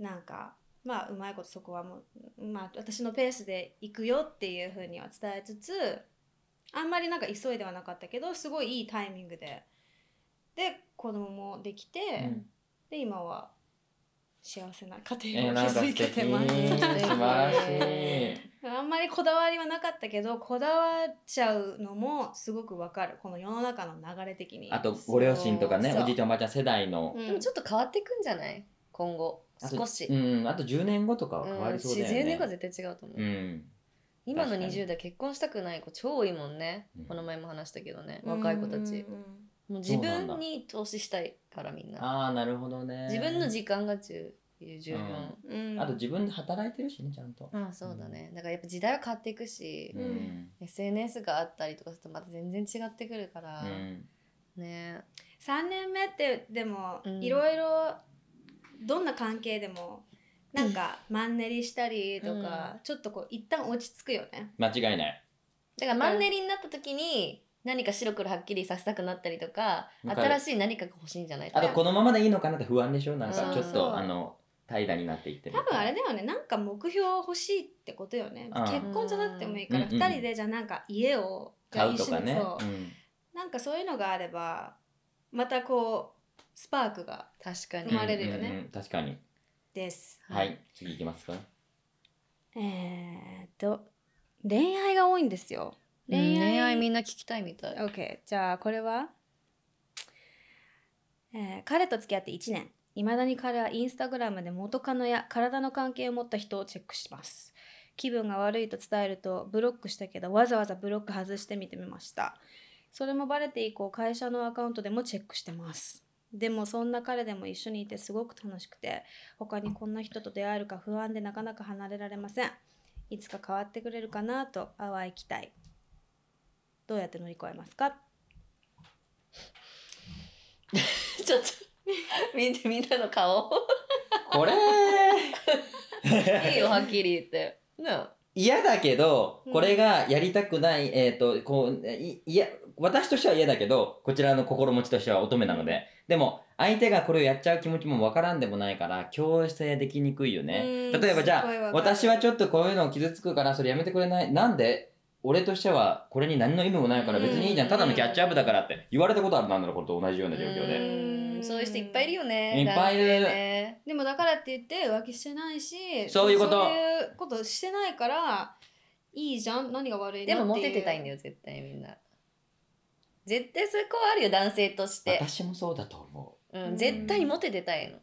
B: なんかまあうまいことそこはもう、まあ、私のペースで行くよっていうふうには伝えつつあんまりなんか急いではなかったけどすごいいいタイミングでで子供もできて、
C: うん
B: で今は幸せな家
C: えー、
B: 庭
C: な
B: を
C: んか
B: 築
C: 素
B: け
C: 敵
B: て
C: 素
B: ます。
C: 晴らしい
B: あんまりこだわりはなかったけどこだわっちゃうのもすごくわかるこの世の中の流れ的に
C: あとご両親とかね
B: そう
C: おじいちゃんおばあちゃん世代の、
B: うん
A: でもちょっと変わっていくんじゃない今後
C: あと
A: 少し、
C: うん、あと10年後とかは変わりそうだよね。
A: うん、10年後は絶対違うと思う、
C: うん、
A: 今の
C: 確かに
A: 20代結婚したくない子超多いもんね、
C: うん
A: この前も話したけどね若い子たち、
B: うん
A: もう自
C: そうなんだ
A: 分に投資したいからみんな
C: ああなるほどね。
A: 自分の時間が十十分、
B: うんうん
C: あと自分で働いてるしねちゃんと。
A: ああそうだねだからやっぱ時代は変わっていくし、
C: うん
A: SNS があったりとかするとまた全然違ってくるから、
C: うん
A: ね
B: 3年目ってでも
A: うん
B: いろいろどんな関係でもなんかマンネリしたりとか、ちょっとこう一旦落ち着くよね
C: 間違いない。
A: だからマンネリになった時に何か白黒はっきりさせたくなったりとか
C: わかる
A: 新しい何かが欲しいんじゃない
C: あとこのままでいいのかなって不安でしょなんかちょ
A: そ
C: っ
A: うそう
C: とあの怠惰になっていってる。
B: 多分あれだよねなんか目標欲しいってことよね
C: うん
B: 結婚じゃなくてもいいから
C: うんうん
B: 2人でじゃあなんか家を
C: 買うとか
B: じゃあ一
C: ね
B: 緒に。そう
C: うん
B: なんかそういうのがあればまたこうスパークが
A: 確
B: 生
A: かに、
B: まれるよね
C: うんうんうん確かに。
B: です。
C: は
A: はい
C: い次行きますか。
B: えーっと恋愛が多いんですよ。
A: うん恋愛みんな聞きたいみたい
B: OK じゃあこれは、えー彼と付き合って1年いまだに彼はインスタグラムで元カノや体の関係を持った人をチェックします気分が悪いと伝えるとブロックしたけどわざわざブロック外して見てみましたそれもバレて以降会社のアカウントでもチェックしてますでもそんな彼でも一緒にいてすごく楽しくて他にこんな人と出会えるか不安でなかなか離れられませんいつか変わってくれるかなと淡い期待どうやって乗り越えますか
A: ちょっと見てみんなの 顔
C: こ れ
A: いいよはっきり言ってね
C: 嫌だけど
B: うん
C: これがやりたくない、えっ、とこういいや私としては嫌だけどこちらの心持ちとしては乙女なのででも相手がこれをやっちゃう気持ちもわからんでもないから強制できにくいよね
B: うん
C: 例えばじゃ
B: すごいわ
C: あ
B: かる
C: 私はちょっとこういうの傷つくからそれやめてくれないなんで俺としてはこれに何の意味もないから別にいいじゃん、
A: うん
C: ただのキャッチアップだからって言われたことあるなんだろうこれと同じような状況で、
A: うんそういう人いっぱいいるよね
C: いっぱいいる
A: 男性ね
B: でもだからって言って浮気してないし
C: そういうこと
B: そういうことしてないからいいじゃん何が悪いの
A: でもモテてたいんだ
B: よ
A: よ絶対みんな絶対そこはあるよ男性として、
C: 私もそうだと思
A: うん、絶対モテてたいの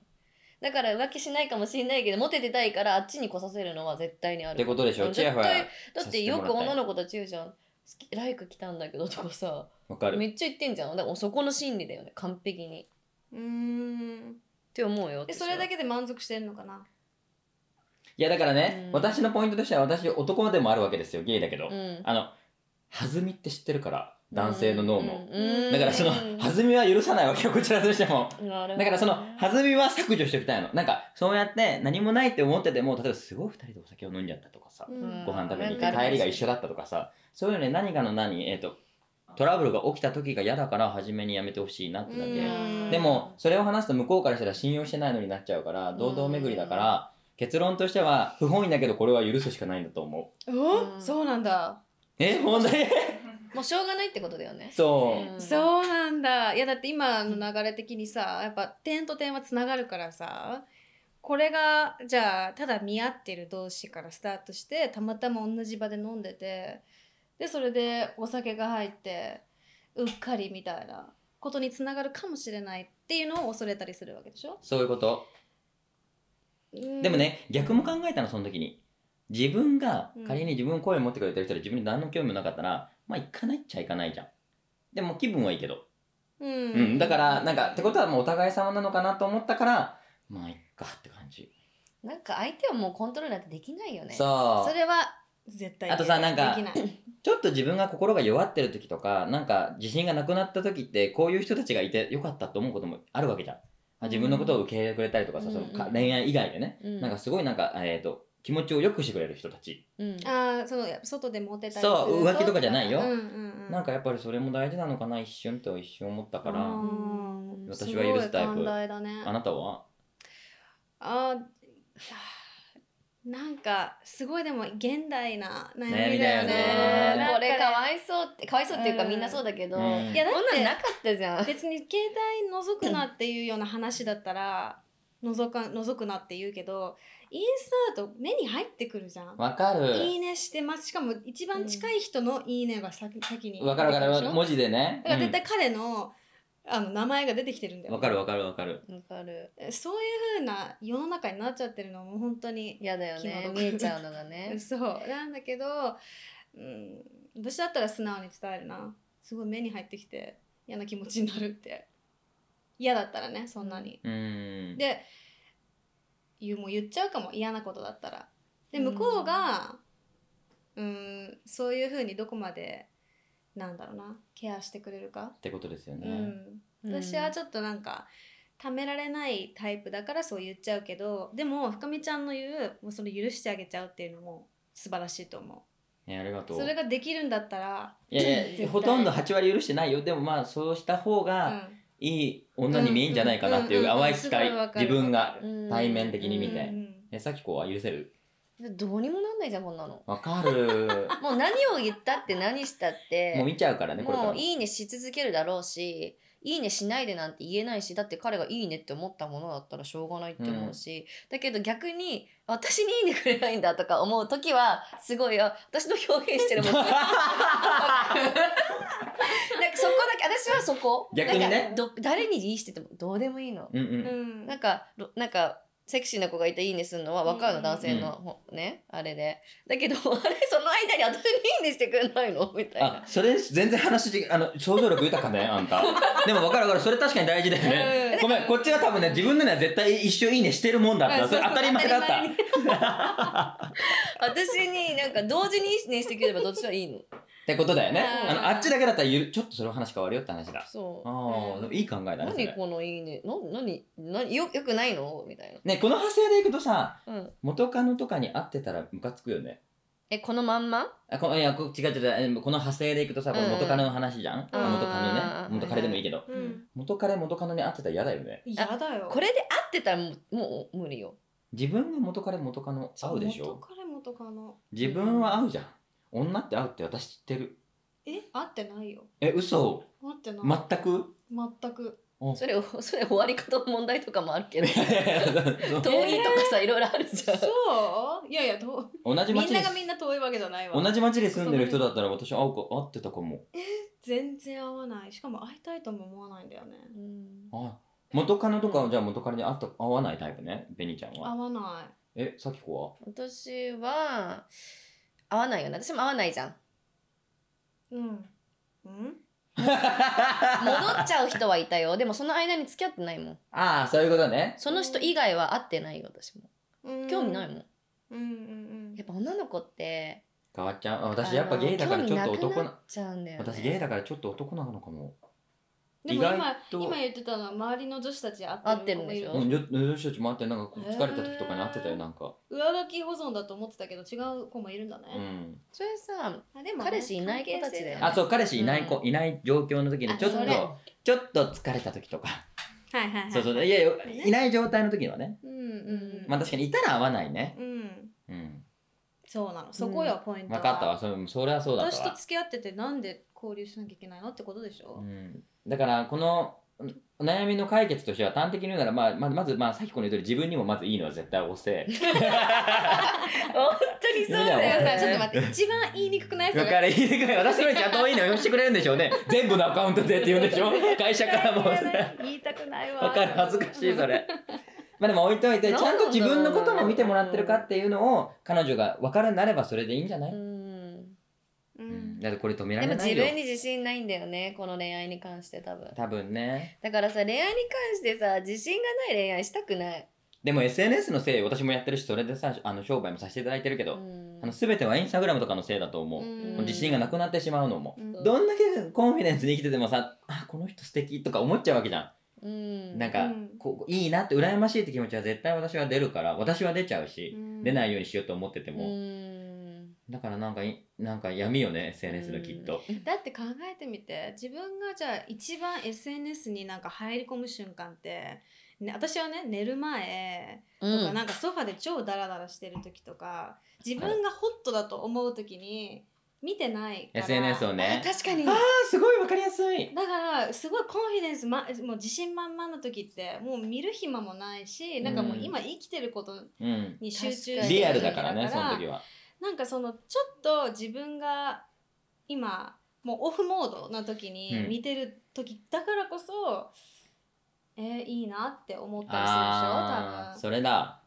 A: だから浮気しないかもしれないけどモテてたいからあっちに来させるのは絶対にあ
C: うっ
A: る
C: てことでしょ
A: うん
C: チヤホヤ
A: 絶だってよく女
C: の
A: の子たち言うじゃん好きライク来たんだけどとかさ
C: わかる
A: めっちゃ言ってんじゃんだからそこの心理だよね完璧に
B: う
A: っ
B: ーん
A: て思うよ
B: で
A: 私
B: そ
A: は
B: れだけで満足してるのかない
C: やだからね、
A: うん
C: 私のポイントとしては私男でもあるわけですよゲイだけど、
A: うん
C: あの弾みって知ってるから男性の脳も、
A: うんうんうん
C: だからその
A: うん
C: 弾みは許さないわけよこ ちらとしても
A: なるほどね
C: だからその弾みは削除しておきたいのなんかそうやって何もないって思ってても例えばすごい2人でお酒を飲んじゃったとかさ、
A: うん
C: ご飯食べに行
A: なん
C: って
A: かある
C: 帰りが一緒だったとかさそういうのね何かの何えっ、とトラブルが起きた時が嫌だから初めにやめてほしいなってだけ、
B: うん
C: でもそれを話すと向こうからしたら信用してないのになっちゃうから堂々巡りだから結論としては不本意だけどこれは許すしかないんだと思う
A: お
B: そうなんだ、
C: え本当に
A: もうしょうがないってことだよね
C: そう、
A: うん
B: そうなんだいやだって今の流れ的にさやっぱ点と点はつながるからさこれがじゃあただ見合ってる同士からスタートしてたまたま同じ場で飲んでてでそれでお酒が入ってうっかりみたいなことにつながるかもしれないっていうのを恐れたりするわけでしょ
C: そういうこと。で
B: で
C: も、ね、逆も考えたの、その時に。自分が
B: うん、
C: 仮に自分の声を持ってくれてる人で自分に何の興味もなかったら、まあ、行かないっちゃ行かないじゃん。でも気分はいいけど。
B: うん
C: うん、だから、なんか、ってことはもうお互い様なのかなと思ったから、まあ、いっかって感じ。
A: なんか相手はもうコントロールなんてできないよね。
C: そ
B: それは絶対
C: あとさなんか
B: できない、
C: う。ちょっと自分が心が弱ってる時とか、なんか自信がなくなった時って、こういう人たちがいてよかったと思うこともあるわけじゃん。あ自分のことを受け入れてくれたりとかさ、そのか
A: うん
C: 恋愛以外でね。
A: うん
C: なんかすごいなんか、えっ、と、気持ちを良くしてくれる人たち。
A: うん、
B: ああそのやっぱ外でモテたり
C: そう、浮気とかじゃないよ。
B: うんうんうん、
C: なんかやっぱりそれも大事なのかな、一瞬とは一瞬思ったか
B: あ
C: ら。
B: ー
C: 私は許すタイプ
B: すごい寛大だね
C: あなたは
B: あーなんかすごいでも現代な悩みだよね
C: 悩みだよね
A: これかわ
B: い
A: いそうってかわいそうっていうか
B: うん
A: みんなそうだけど、
C: う
A: こん、
C: ん
B: いやだ
A: なのな
B: っ
A: かったじゃん
B: て。別に携帯覗くなっていうような話だったら覗か覗くなって言うけどインスタだと目に入ってくるじゃん
C: わかる。
B: いいねしてますしかも一番近い人のいいねが先,、先に
C: わかるわか
B: 出てくでし
C: る。
B: ょ
C: 文字でね。
B: だから絶対彼の,、あの名前が出てきてるんだよ
C: うんわかるわかるわかる。
A: わかる。
B: そういう風な世の中になっちゃってるのも本当に
A: 嫌だよ
B: 気
A: ね
B: の。毒
A: 見えちゃうのがね。
B: そうなんだけど、うん、私だったら素直に伝えるなすごい目に入ってきて嫌な気持ちになるって嫌だったらねそんなに、
C: うーん。
B: で言うもう言っちゃうかも嫌なことだったらで
A: う
B: 向
A: ん
B: こうがうんそういう風にどこまでなんだろうなケアしてくれるか、
C: ってことですよ
B: う
C: ね。
B: ん、私はち
A: ょっ
B: ょっとなんかためられないタイプだからそう言っちゃうけどでも深見ちゃんの言うもうその許してあげちゃうっていうのも素晴らしいと思
C: ねありが
B: う
C: とう。
B: それができるんだったら、
C: いや
A: 絶
C: い
A: 対
C: や、ほとんど8割許してないよ。でもまあ、そうした方
B: う
C: が
B: ん
C: いい女に見えんじゃないかなってい
B: うん
C: う
B: うんうん
C: 淡い期
B: すごいわ
C: 待、
B: かる
C: 自分が。
A: と
C: 対面的に見
B: う
C: て
B: ん
C: え、さきこは許せる
A: どうにもなんないじゃんこんなの。
C: わか る。
A: もう何を言ったって何したって
C: もう見ちゃうからね、これから
A: もう。いいねし続けるだろうしいいねしないでなんて言えないしだって彼がいいねって思ったものだったらしょうがないって思うし、だけど逆に私にいいねくれないんだとか思う時はすごいあ私の 表現してる もんなんかそこだけ私はそこ
C: 逆にね
A: なんかど誰にいいしててもどうでもいいの。
C: うんう。
B: うんん
A: なんかろなんかセクシーな子がいていいねするのは分かるの、
B: うん
A: 男性の、ほねあれでだけどあれその間に私にいいねしてくれないのみたい
C: あ、
A: な
C: それ全然話し、あの、想像力豊かね、あんた。でもわかるわかる。それ確かに大事だよね。
B: うん
C: ごめん、こっちは多分ね、自分のには絶対一生いいねしてるもんだっ
B: うん
C: た。それ
B: そうそう
C: 当たり前だっ
B: 当た
C: た
B: り。前
A: 私になんか同時にいいねしてくれればどっちがいいの
C: ってことだよね。
B: うん
C: あの、あっちだけだったらゆる、ちょっとその話変わるよって話だ。
A: そう
C: ああ、
B: うん
C: いい考えだね。そ
A: 何
C: れ
A: このいいねな何何よよくないのみたい
C: ね、この派生でいくとさ、
A: な、うん、
C: 元カノとかに会ってたらムカつくよね。
A: えこのまんま
C: あ、こいや、こ違う違う違う、この派生でいくとさ、この元カノの話じゃん。あ
A: うん
C: 元カノね
A: あー。
C: 元カレでもいいけど。
B: うん
C: 元カレ、元カノに会ってたら嫌だよね。
B: 嫌だよ
A: これで合ってたらもうもう無理よ
C: 自分が元カレ、元カノ会うでし
B: 元
C: ょ。
B: 彼元カノ
C: 自分は会うじゃん。女って会うって私知ってる。
B: え会ってないよ
C: え、嘘
B: 会ってない、
C: 全く
B: 全く
A: それお それ終わり方の問題とかもある けど
C: そう
A: 遠いとかさいろいろあるじゃん
B: そういやいやどう
C: 同じ
B: み
C: 町
B: ん
C: に
B: ながみんな遠いわけじゃないわ
C: 同じ町で住んでる人だったら私会うか会ってたかも。
B: 全然合わないしかも会いたいとも思わないんだよね
A: うん
C: あ元カノとかはじゃあ元カノに会った会わないタイプね、ベニちゃんは。
B: 合わない
C: え、さきこは
A: 私は合わないよね私も合わないじゃん
B: うん。うん。
A: 戻っちゃう人はいたよでもその間に付き合ってないもん
C: ああ、そういうことね。
A: その人以外は会ってないよ私も興味ないもん
B: うんうん
A: やっぱ女の子って
C: 変わっちゃう。あ私やっぱゲイだからちょっと
A: 興味な
C: 男
A: くな
C: な
A: っ。ちゃうんだよ、ね、
C: 私ゲイだからちょっと男なのかも。
B: うん。でも
C: 意外
B: 今
C: と
B: 今言ってたのは周りの女子たちに
A: 合
B: 合っ
A: って
B: て
A: る
B: る子
A: んで
B: もい
A: し
B: る
A: ょ
C: う。ん、女女子たちも会って、なんか疲れた時とかに会ってたよ、なんか。
B: 上書き保存だと思ってたけど違う子もいるんだ
C: う
B: ね。
C: ん。
A: それさ
B: あでも
A: 彼氏いない子たちだよね
C: あ、そう、彼氏いない子、いない状況の時に、ちょっ
A: あそれ
C: と、ちょっと疲れた時とか。
B: はいはいはい。
C: そうそう、いやいや、いない状態の時はね。
B: うんうん。
C: まあ確かにいたら会わないね。
B: うん。
C: うん。
B: そうなの。そこよポイント
C: 分
B: は。
C: かったわ、それそれはそうだっ
B: 私
C: た
B: と
C: わ。
B: 付き合っててなんで交流しなきゃいけないのってことでし
C: う
B: ょ。
C: ん。だから、この、お悩みの解決としては端的に言うなら、まあ、まあまず、まあ、さっきこの言う通り自分にもまずいいのは絶対押せ。
A: 本当にそうだ
B: だ
A: よ
B: か
A: さ
B: らちょっと待
A: っ
B: って、一番言いにくくないそ
C: だ
B: れ。
C: からいいぐらい私のよりちゃんといいのよしてくれるんでしょうね。全部のアカウントでって言うんでしょ会社からも。
B: 言いたくないわ。
C: わかる恥ずかしいそれ。 まあでも置いといてちゃんと自分のことも見てもらってるかっていうのを彼女が分かるなればそれでいいんじゃない、
A: うん
B: う
C: うん
B: ん。
C: だってこれ止めら
A: で
C: れ
A: も
C: ない
A: 自
C: よ
A: 分に自信ないんだよねこの恋愛に関して多分
C: 多分ね
A: だからさ恋愛に関してさ自信がない恋愛したくない、
C: でも SNS のせい私もやってるしそれでさあの商売もさせていただいてるけ
A: う
C: ど、
A: ん
C: あの全てはインスタグラムとかのせいだと思う、
B: うん
C: もう自信がなくなってしまうのも、
B: うん
C: どんだけコンフィデンスに生きててもさあこの人素敵とか思っちゃうわけじゃん、
A: うん、
C: なんか
B: うん。
C: こういいなって羨ましいって気持ちは絶対私は出るから私は出ちゃうし、出ないいようにしようと思ってて
A: う
C: も、
A: ん
C: だからなんかいなんか闇よね SNS のきっと、
B: だって考えてみて、自分がじゃあ一番 SNS になんか入り込む瞬間って、ね、私はね寝る前
A: う
B: とか、
A: ん
B: なんかソファで超ダラダラしてる時とか、自分がホットだと思う時に見てないから。
C: SNS をね
A: 確かに
C: あーすごいわかりやすい
B: だからすごいコンフィデンス、ま、もう自信満々の時ってもう見る暇もないしなんかもう今生きてること
C: うん
B: に集中して
A: 確
B: る
A: かに
B: 時
C: リアルだからねその時は
B: なんかそのちょっと自分が今もうオフモードな時に
C: うん
B: 見てる時だからこそ、えーいいなって思ったり
C: ああー
B: する
C: それだ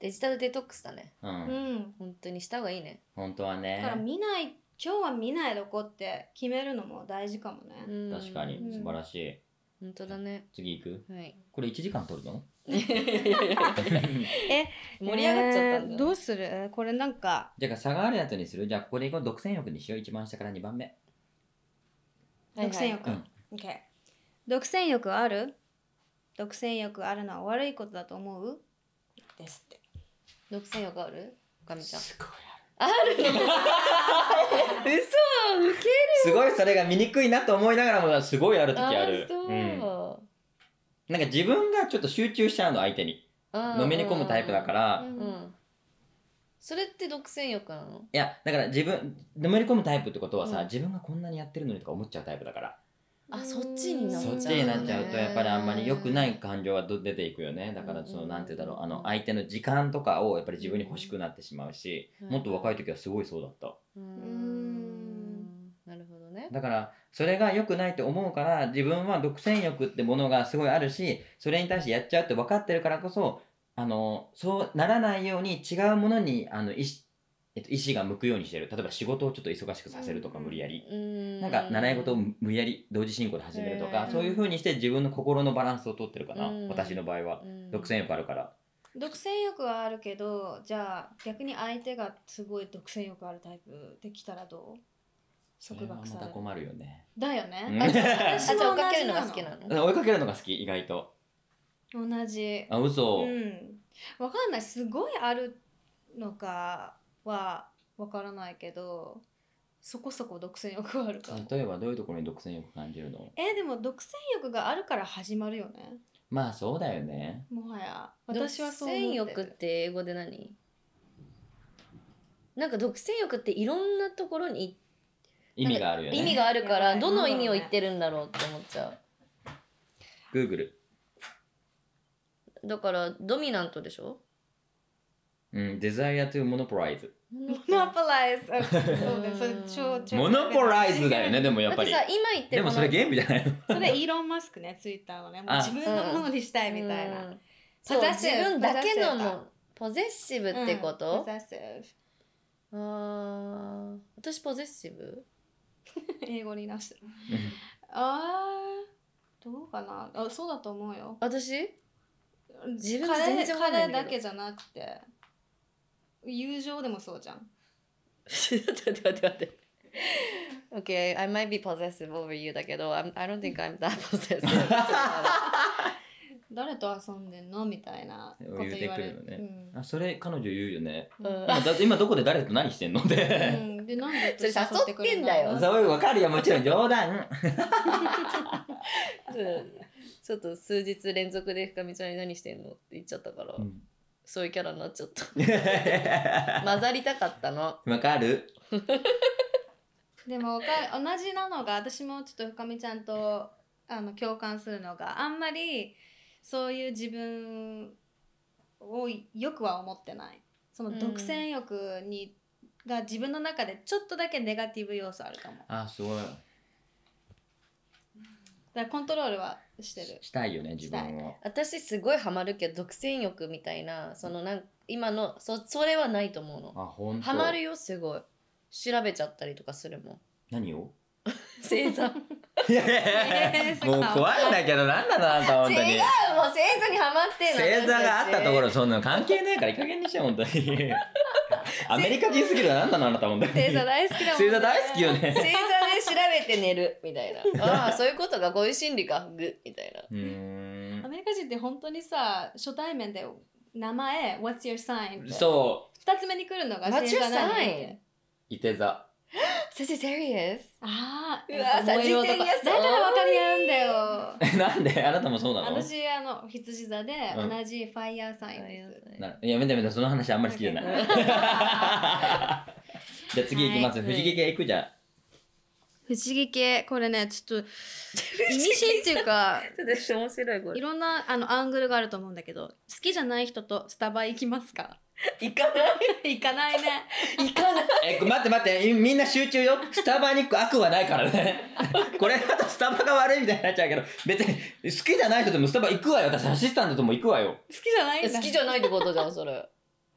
A: デジタルデトックスだね
C: うん、
B: でしょ多分、うん、
A: 本当にした方がいいね
C: 本当は
B: だから
C: ね
B: 見ない今日は見ないどこって決めるのも大事かもね、
A: うん
C: 確かに
B: うん
C: 素晴らしい
A: 本当だね
C: 次行く
A: はい
C: これ1時間取るの
A: 盛り上がっちゃったんだ、
B: えーどうするこれなんか
C: じゃあ差があるやつにするじゃあここで行こう独占欲にしよう一番下から2番目
A: はいはい
B: 独占欲、
C: うん
B: OK 独占欲ある独占欲あるのは悪いことだと思うですって
A: 独占欲あるおかみちゃん
C: ごい
A: ある の嘘ウケ
C: すごいそれが醜いなと思いながらもすごいある時ある
A: そう、
C: うん、なんか自分がちょっと集中しちゃうの相手に
A: あー
C: のめり込むタイプだから、
B: う
A: うんん、うんそれって独占欲なの
C: いやだから自分のめり込むタイプってことはさ、
A: うん
C: 自分がこんなにやってるのにとか思っちゃうタイプだから、
A: あそっちになっち
C: そ
A: ゃ
C: うっ
A: ん
C: ち
A: だ
C: になっちゃうとやっぱりあんまり良くない
A: うん
C: 感情はど出ていくよねだからその
A: うん
C: なんて言うんだろうあの相手の時間とかをやっぱり自分に欲しくなってしまうし、
A: うん
C: もっと若い時はすごいそうだった
A: うー
B: ん
A: んなるほどね
C: だからそれが良くないって思うから自分は独占欲ってものがすごいあるしそれに対してやっちゃうって分かってるからこそあのそうならないように違うものにあの意思,、えっと、意思が向くようにしてる例えば仕事をちょっと忙しくさせるとか無理やり、
A: うーん
C: なんか習い事を無理やり同時進行で始めるとか、
A: うん
C: そういうふうにして自分の心のバランスをとってるかな、
A: うん
C: 私の場合は、
A: うん
C: 独占欲あるから
B: 独占欲はあるけどじゃあ逆に相手がすごい独占欲あるタイプできたらどう
C: それ
B: 束
C: は
B: 縛
C: ま
B: さ
C: た
B: れる
C: 困るよね
B: だよ
C: うん
B: ね
A: あじゃああ
B: 私も
A: じゃあ追っかけるのが好きなの
C: 追いかけるのが好き意外と
B: 同じ
C: あ嘘、
B: うんわかんないすごいあるのかはわからないけどそこそこ独占欲はあるかも
C: 例えばどういうところに独占欲感じるの
B: えーでも独占欲があるから始まるよね
C: まあそうだよね
B: もはや私はそう思
A: 独占
B: っ
A: 欲
B: て
A: っ
B: る
A: て英語で何なんか独占欲っていろんなところに
C: 意味があるよね
A: 意味があるか
B: やば
A: ら
B: い
A: どの意味を言ってるんだろうって思っちゃ
C: Google
A: うだからドミナントでしょ
C: うん、デザイアトゥモノポライズ。
B: モノポライズあそうだそれ超超
C: モノポライズだよね、でもや
A: だ
C: っ
A: っ
C: ぱ
A: て
C: り。
A: さ今言って
C: で
A: る
C: もそれゲームじゃないの。
B: それイーロン・マスクねツイッターのねもう
C: あ
B: 自分のものにしたいみたいな、
A: うんそう
B: ポゼッ
A: 自
B: シブ
A: 分だけの
B: ポゼッシブ
A: もポゼッシブってこ
B: うん
A: と
B: ポ、ゼッシブ
A: あー私ポゼッシブ
B: 英語に直してあーどうかなあそうだと思うよ
A: 私 自分
B: 彼
A: 全然わかんない
B: 彼
A: んだ
B: だ
A: け
B: けじゃなくて友情でもそうじゃん
A: 待って待って待って Okay, I might be possessive over you だけど、I'm, I don't think I'm that possessive.
B: 誰と遊んでんのみたいなこと
C: 言うて
B: 言わ
C: く
B: れ
C: る
B: る
C: のね
B: うん
C: あそれ彼女言うよね。
A: うん
C: 今だ今どこで誰と何してんのって。
B: うん、でなんで
A: それ誘ってくれないの
C: そういうわかるよもちろん冗談
A: ちょっと数日連続で深見ちゃんに何してんのって言っちゃったから、そういうキャラになっちゃった。 混ざりたかったの。
C: わかる
B: でもわか同じなのが私もちょっと深見ちゃんとあの共感するのがあんまりそういう自分をよくは思ってないその独占欲に、が自分の中でちょっとだけネガティブ要素あるかもだか
C: あすごい
B: らコントロールはしてる
C: したいよね自分を
A: 私すごいハマるけど独占欲みたいなそのなん今のそそれはないと思うの
C: あ本当
A: ハマるよすごい調べちゃったりとかする もん
C: 何を
A: 星 座もう
B: えー
C: もう怖いんだけど何なのあんた本当に
A: 違う星座にハマってんの
C: 星座があったとこ
A: ろ
C: ろそんなの関係ないからいい加減にして本当にアメリカ人すぎるな何なのあなた本当に
B: 星座大好きだもん、
C: 星座大好きよ ね
A: 星座で調べて寝るみたいなああそういうことがこういう心理かグみたいな
C: うー
B: ア
C: ん
B: メリカ人って本当にさ初対面で名前「What's your sign?」って
C: そ
B: 2つ目に来るのが
A: What's your
B: 星座なの
A: sign？
C: ういて座
A: 先生 serious
B: ああ
A: うわ
B: 燃える
A: サジテリ
B: 男
A: アス
B: だから分かり合うんだよ
C: なんであなたもそうなの
B: 私あの羊座で
C: うん
B: 同じファイヤーサインです、
C: なやめてやめてその話あんまり好き じゃないじゃあ次行きます、
B: はい
C: 藤木家行くじゃん
B: 不思議系これねち ょっと意味深っていうか
A: ちょっと面白いこ
B: いろんなあのアングルがあると思うんだけど好きじゃない人とスタバ行きますか
A: 行かない
B: 行かないね
A: 行かない
C: え待って待ってみんな集中よスタバに悪はないからね これだとスタバが悪いみたいになっちゃうけど別に好きじゃない人でもスタバ行くわよ私アシスタントとも行くわよ
B: 好きじゃないんだ
A: 好きじゃないってことじゃんそれ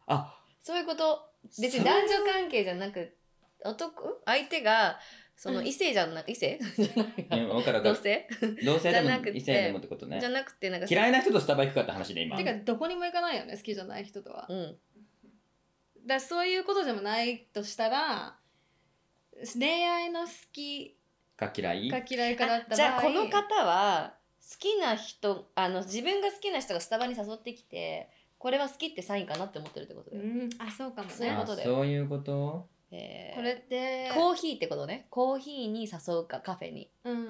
C: あ
A: そういうこと別に男女関係じゃなく男相手がその
B: うん
A: 異性じゃなく異性じゃない
C: うん分かる分か
A: 同
C: る
A: 性
C: 同性で
A: じゃ
C: も
A: なくて
C: 異性でもってこと
A: じゃ
C: ね
A: なくてなんか
C: 嫌いな人とスタバ行くかって話で今
B: てかどこにも行かないよね好きじゃない人とは
A: うん
B: だからそういうことでもないとしたら恋愛の好き
C: か嫌い
B: か嫌いかだった場合
A: じゃあこの方は好きな人あの自分が好きな人がスタバに誘ってきてこれは好きってサインかなって思ってるってこと
B: う
A: だよ、
B: んあそうかも
A: そういう
B: ね
A: こ
C: あ
A: とだよ
C: そういうこと
A: えー
B: これって
A: コーヒーってことねコーヒーに誘うかカフェに
B: うんうんうん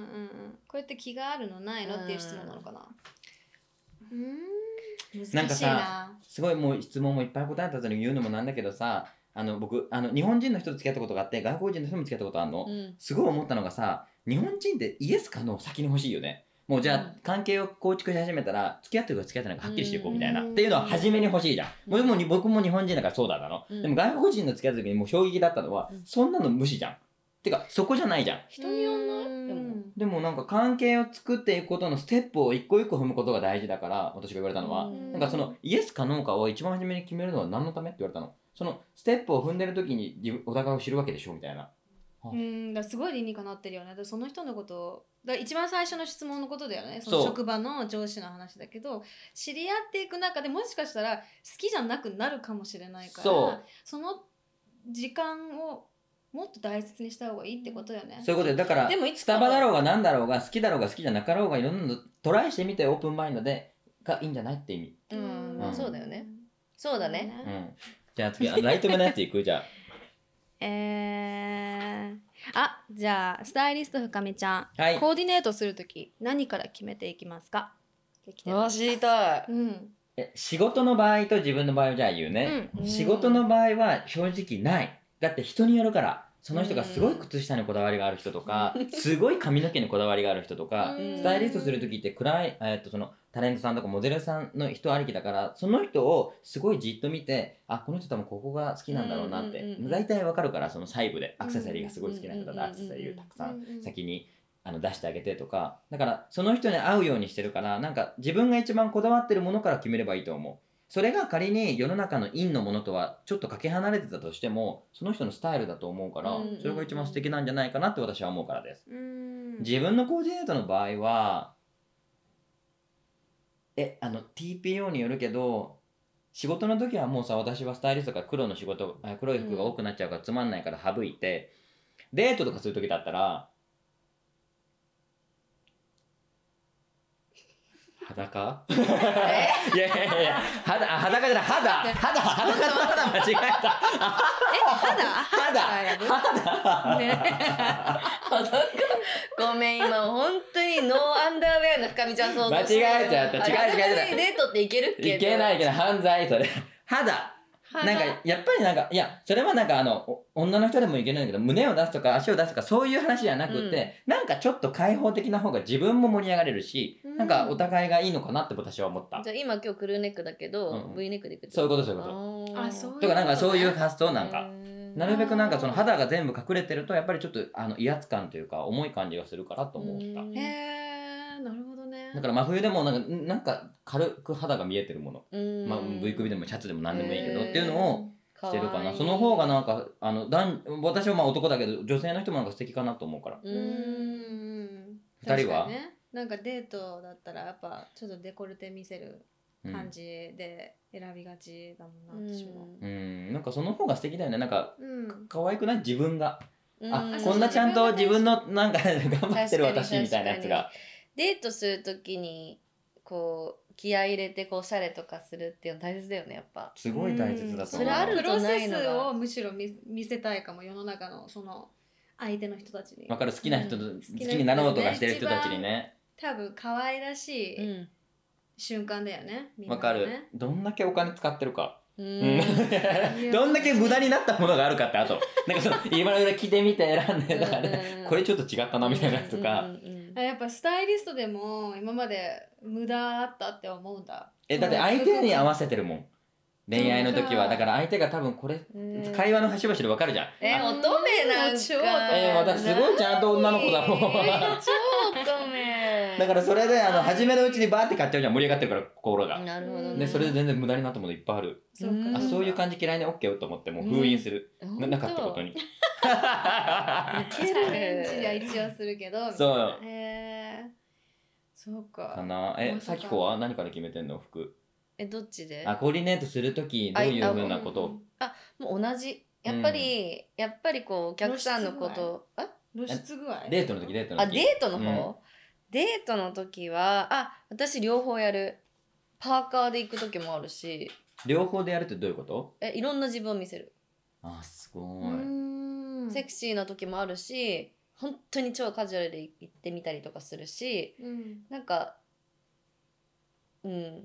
B: これって気があるのないのっていう質問なのかなうん
C: な
B: 難
C: んか
B: しい
C: さ
B: な
C: すごいもう質問もいっぱい答えた後に言うのもなんだけどさあの僕あの日本人の人と付き合ったことがあって外国人の人も付き合ったことあるの、
A: うん
C: すごい思ったのがさ日本人ってイエスかの先に欲しいよねもうじゃあ、
A: う
C: 関係を構築し始めたら付き合ってるか付き合ってないかはっきりしていこうみたいな、
B: うん
C: っていうのは初めに欲しいじゃん、
A: うん
C: もうもう僕も日本人だからそうだなの、
A: うん
C: でも外国人の付き合った時にもう衝撃だったのは、
A: うん
C: そんなの無視じゃんてかそこじゃないじゃん
A: 人によんないで
B: う
A: も
B: ん
C: でもなんか関係を作っていくことのステップを一個一個踏むことが大事だから私が言われたのは、
A: うん
C: なんかそのイエスかノーかを一番初めに決めるのは何のためって言われたのそのステップを踏んでる時に自分お互いを知るわけでしょみたいな
B: うんだからすごい理にかなってるよねだからその人のことをだから一番最初の質問のことだよねその
C: そう
B: 職場の上司の話だけど知り合っていく中でもしかしたら好きじゃなくなるかもしれないから
C: そう
B: その時間をもっと大切にした方がいいってことだよね。
C: そういうことでだから
A: でもいつ
C: ス
A: か
C: タバだろうが何だろうが好きだろうが好きじゃなかろうがいろんなのトライしてみてオープンマインドでがいいんじゃないって意味
A: うんん、
C: うん
A: そうだよねそうだね。
C: うんじゃあ 次あライト目のやついくじゃあ
B: えー、あじゃあスタイリスト深見ちゃん、
C: はい
B: コーディネートするとき何から決めていきますかできて
A: あ
B: ま
A: ー
B: す
A: 知りたい
B: うん、
C: え仕事の場合と自分の場合をじゃあ言うね、
B: うん
A: うん
C: 仕事の場合は正直ないだって人によるからその人がすごい靴下にこだわりがある人と か、すごい髪の毛にこだわりがある人とか、
A: うん
C: スタイリストする時って暗い、えっとそのタレントさんとかモデルさんの人ありきだからその人をすごいじっと見てあこの人多分ここが好きなんだろうなって、
A: うんうんうんうん
C: 大体わかるからその細部でアクセサリーがすごい好きな人だったら
A: う
C: ア
A: んうん
C: ク
A: うんうん
C: セサリーをたくさ
B: うんうん
C: ん先にあの出してあげてとかだからその人に合うようにしてるからなんか自分が一番こだわってるものから決めればいいと思う。それが仮に世の中の陰のものとはちょっとかけ離れてたとしてもその人のスタイルだと思うから、
A: うんうんうん
C: それが一番素敵なんじゃないかなって私は思うからです。
B: うん
C: 自分のコーディネートの場合はえあの TPO によるけど仕事の時はもうさ私はスタイリストが黒の仕事あ黒い服が多くなっちゃうからつまんないから省いて、デートとかする時だったら 裸いやいやいや肌あ裸じゃない肌肌裸と肌間違えた
B: 肌
C: 肌肌
A: ごめん今本当にノーアンダーウェアの深見ちゃん想像
C: 間違えちゃった
A: あ
C: 違う違う違う
A: 裸でデートっていけるっけ
C: いけないいけど犯罪それ肌
B: 鼻
C: なんかやっぱりなんかいやそれはなんかあのお女の人でもいけるんだけど胸を出すとか足を出すとかそういう話じゃなくて、なんかちょっと開放的な方が自分も盛り上がれるし、
B: うん
C: なんかお互いがいいのかなって私は思った、
A: じゃあ今今日クルーネックだけど、
C: うん
A: V ネックでいくって
C: そういうことそういうこと
A: と
B: あそう
C: とかなんかそういう
B: ことね
C: 発想なんか、なるべくなんかその
B: あー
C: 肌が全部隠れてるとやっぱりちょっとあの威圧感というか重い感じがするからと思った、
B: へえなるほどね
C: だから真冬でもなんかなんか軽く肌が見えてるもの、
A: うん
C: まあ、V 首でもシャツでも何でもいいけど、
A: うん
C: っていうのを
A: か
C: してるかなその方がなんかあの男私はまあ男だけど女性の人もなんか素敵かなと思うから
A: う
B: うんん
C: 二人は
B: 確かにねなんかデートだったらやっぱちょっとデコルテ見せる
C: うん
B: 感じで選びがちだもんな、私も
C: うんなんかその方が素敵だよねなんか
B: うん
C: 可愛くない自分が、
A: うん
C: あ
B: あ
C: こんなちゃんと自分のなんか 頑張ってる
A: 確か
C: 私
A: に
C: みたいなやつが
A: デートするときにこう気合い入れてこうおしゃれとかするっていうの大切だよねやっぱ
C: すごい大切だと
A: そ
C: 思う
A: れある
B: プロ
A: とない
B: セ
A: のが
B: スをむしろ見見せたいかも世の中のその相手の人たちに
C: わかる好きな人と、
A: うん
C: 好きになろうとかしてる人たちにね
B: 多分可愛らしい
A: ん
B: 瞬間だよねみんな
C: わ
B: の
C: かる、
B: ね
C: どんだけお金使ってるか、
A: う
C: うんんどんだけ無駄になったものがあるかってあ となんかその今のぐらい着てみて選んで だからね、これちょっと違ったなみたいなやつとか、
A: うんうんうん
B: あやっぱスタイリストでも今まで無駄あったって思うんだ
C: えだって相手に合わせてるもん恋愛の時はだから相手が多分これ
A: うん
C: 会話の端々でわかるじゃん、
A: え
C: あ
A: 乙女なんか
B: 超乙女
C: えー私すごいちゃんと女の子だもん
A: え超乙女
C: だからそれであの初めのうち
A: に
C: にバーって買っちゃうじゃん盛り上がってるから心が、
A: なるほどね、
B: うん
C: でそれで全然無駄になったものいっぱいある、
B: そうか
A: うん
C: あそういう感じ嫌いね OK と思ってもう封印する、
A: 本
C: な
A: 当
C: なかったこと に
B: チャレンジは一応するけどみたいな
C: そう
B: へえそう
C: か
B: か
C: なえ
B: まさ
C: さ
B: か
C: きこは何から決めてんの服
A: えどっちで
C: あコーディネートする時どういうふうなことを
A: もう同じやっぱり、やっぱりこうお客さんのことあ
B: 露出具合
C: デートの時デートの時
A: あデートの方、デートの時はあ私両方やるパーカーで行く時もあるし
C: 両方でやるってどういうこと
A: えいろんな自分を見せる、
C: あすごい、
B: うーん
A: セクシーな時もあるし本当に超カジュアルで行ってみたりとかするし
B: うん
A: なんかうん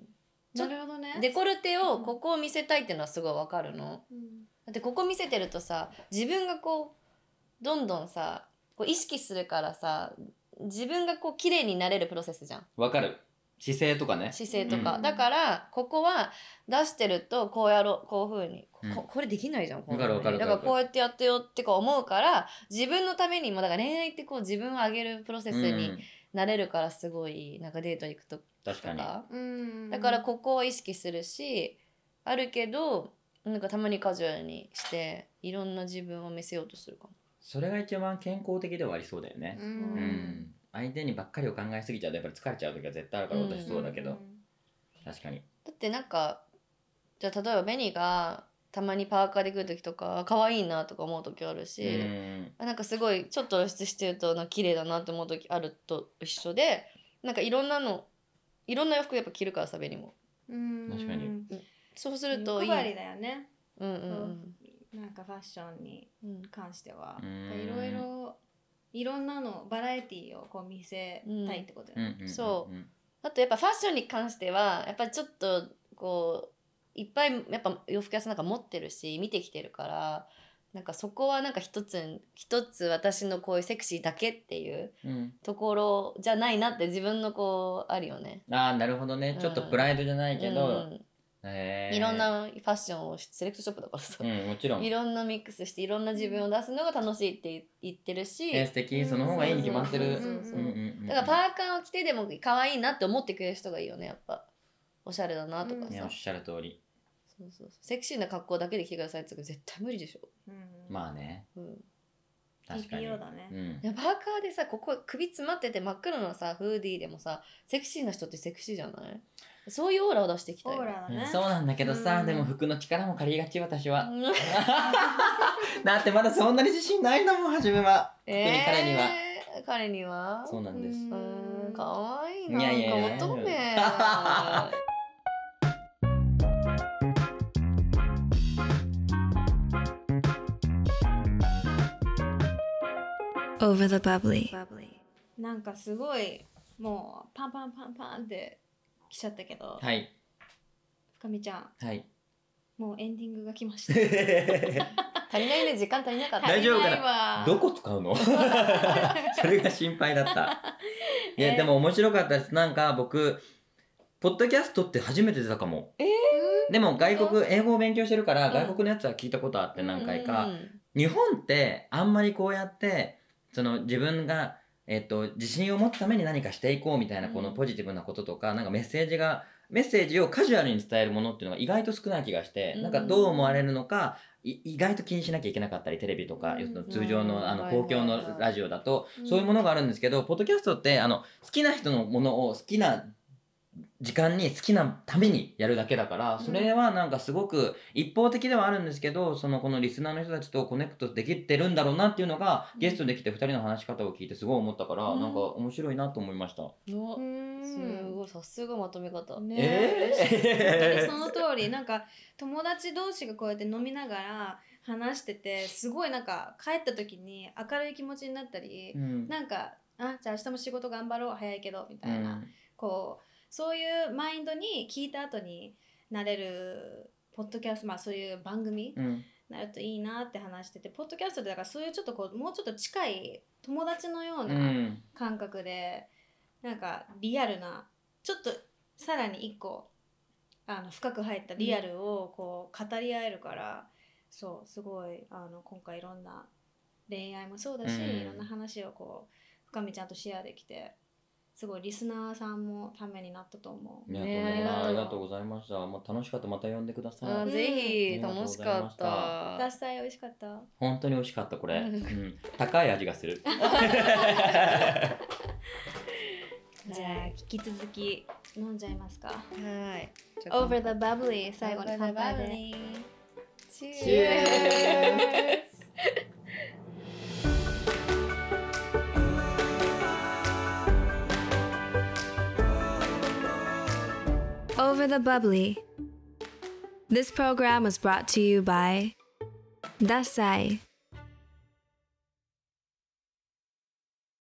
B: なるほどね
A: デコルテをここを見せたいっていうのはすごいわかるの。
B: うん
A: だってここ見せてるとさ自分がこうどんどんさこう意識するからさ自分がこう綺麗になれるプロセスじゃん
C: わかる姿勢とかね
A: 姿勢とか、
B: うん
A: だからここは出してるとこうやろうこういうふうに、こ
C: うん
A: ここれできないじゃんこん
C: わかるわかる
A: だからこうやってやってよってこう思うから自分のためにもだから恋愛ってこう自分を上げるプロセス
C: う
A: に
C: ん
A: なれるからすごいなんかデートに行くと
C: 確か
A: と
C: に
A: か
B: うん
A: だからここを意識するしあるけどなんかたまにカジュアルにしていろんな自分を見せようとするかも。
C: それが一番健康的ではありそうだよね
B: う
C: うん、
B: ん
C: 相手にばっかりを考えすぎちゃうとやっぱり疲れちゃう時は絶対あるから私そうだけど、
B: ん
C: 確かに
A: だってなんかじゃあ例えばベニがたまにパーカーで来る時とか可愛いなとか思う時あるし、
C: うん
A: あなんかすごいちょっと露出してるとなんか綺麗だなって思う時あると一緒でなんかいろんなのいろんな洋服やっぱ着るからさベニも
B: うん
C: 確かに
A: そうす
B: す
A: る
B: る
A: と
B: と
A: い
B: いい
A: い
B: 欲張りだよね
A: うんうん
B: なんかファッションに
A: うん
B: 関しては
C: うーん
B: いろいろいろんなのバラエティーをこう見せたいってことだよ
C: う
B: ね、
C: んうんうん
A: そ
C: うん
A: あとやっぱファッションに関してはやっぱちょっとこういっぱいやっぱ洋服屋さんなんか持ってるし見てきてるからなんかそこはなんか一つ一つ私のこういうセクシーだけっていう
C: うん
A: ところじゃないなって自分のこうあるよね。
C: ああなるほどねちょっとプライドじゃないけど、
A: うん
C: へー
A: いろんなファッションをセレクトショップだからさ
C: う、んもちろん
A: いろんなミックスしていろんな自分を出すのが楽しいって言ってるし、
C: えー素敵その方がいいに決まってる
A: そうそうそう
C: うんうんうん
A: だからパーカーを着てでも可愛いなって思ってくれる人がいいよねやっぱおしゃれだなとか
B: うん
A: さ、
C: いやおっしゃる通り
A: そうそうそうセクシーな格好だけで着てくださいって言ったら絶対無理でしょ、
B: うん
C: まあね
A: うん、
C: 確かに
B: TPO だね
C: うん
A: いやパーカーでさここ首詰まってて真っ黒のさフーディーでもさセクシーな人ってセクシーじゃないそういうオーラを出していき
B: オ
A: たい
B: ーラだね、
C: そうなんだけどさ、
B: うん
C: でも服の力も借りがち私は
A: うん
C: だってまだそんなに自信ないんだもん初めは特に彼には、
A: えー彼には
C: そうなんです、
A: うーん可愛い
C: い
A: な
C: やいやいや
A: なんか乙女
B: Over the bubbly なんかすごいもうパンパンパンパンって来ちゃったけど、
C: はい
B: 深見ちゃん
C: はい
B: もうエンディングが来ました
A: 足りないね、時間足りなかっ た。
C: 大丈夫
B: 足
C: かな
B: りないわ
C: どこ使 うのそれが心配だった。いや、
B: えー
C: でも面白かったです。なんか僕、ポッドキャストって初めて出たかも。
A: え
C: でも外国、英語を勉強してるから、
A: うん
C: 外国のやつは聞いたことあって
A: ー
C: 何回か。
A: うん
C: 日本ってあんまりこうやってその自分が、えっと自信を持つために何かしていこうみたいな
A: うん
C: このポジティブなこととか,、なんかメッセージがメッセージをカジュアルに伝えるものっていうのが意外と少ない気がして、
A: うん
C: なんかどう思われるのかい意外と気にしなきゃいけなかったりテレビと
B: う
C: か、
B: ん
C: 要するに通常
A: うん
C: のあの
A: はいはい
C: 公共のラジオだと、
B: うん
C: そういうものがあるんですけどポッドキャストってあの好きな人のものを好きな時間に好きなためにやるだけだから
B: うん
C: それはなんかすごく一方的ではあるんですけどそのこのリスナーの人たちとコネクトできてるんだろうなっていうのが
B: うん
C: ゲストできて2人の話し方を聞いてすごい思ったから、
B: うん
C: なんか面白いなと思いました。
A: お
B: うん
A: すごい、さすがまとめ方。
B: ね
C: えー
B: 本当にその通りなんか友達同士がこうやって飲みながら話しててすごいなんか帰った時に明るい気持ちになったり、
C: うん
B: なんかあじゃあ明日も仕事頑張ろう早いけどみた
C: う
B: いな、
C: ん
B: こうそういうマインドに聞いた後になれるポッドキャストまあそういう番組
C: うん
B: なるといいなって話しててポッドキャストでだからそういうちょっとこうもうちょっと近い友達のよう
C: う
B: なん感覚でなんかリアルなちょっとさらに一個あの深く入ったリアルをこう語り合えるから、そうすごいあの今回いろんな恋愛もそうだし、
C: うん
B: いろんな話をこう深見ちゃんとシェアできてすごいリスナーさんもためになったと思う。
C: いやとん
A: ねえ
C: でもないありがとうございました。もう楽しかったまた呼んでください。
A: あーぜひ、
C: うん
A: 楽しかっ
C: あ
A: た
B: ダ。サい美味しかった。
C: 本当に美味しかったこれ、
A: うん
C: うん、高い味がする。
B: じゃあ引き続き飲んじゃいますか。
A: はい。
B: Over the bubbly 最後の乾杯で。
A: Cheers!
B: オ v e r the Bubbly This program was brought to you by ダサい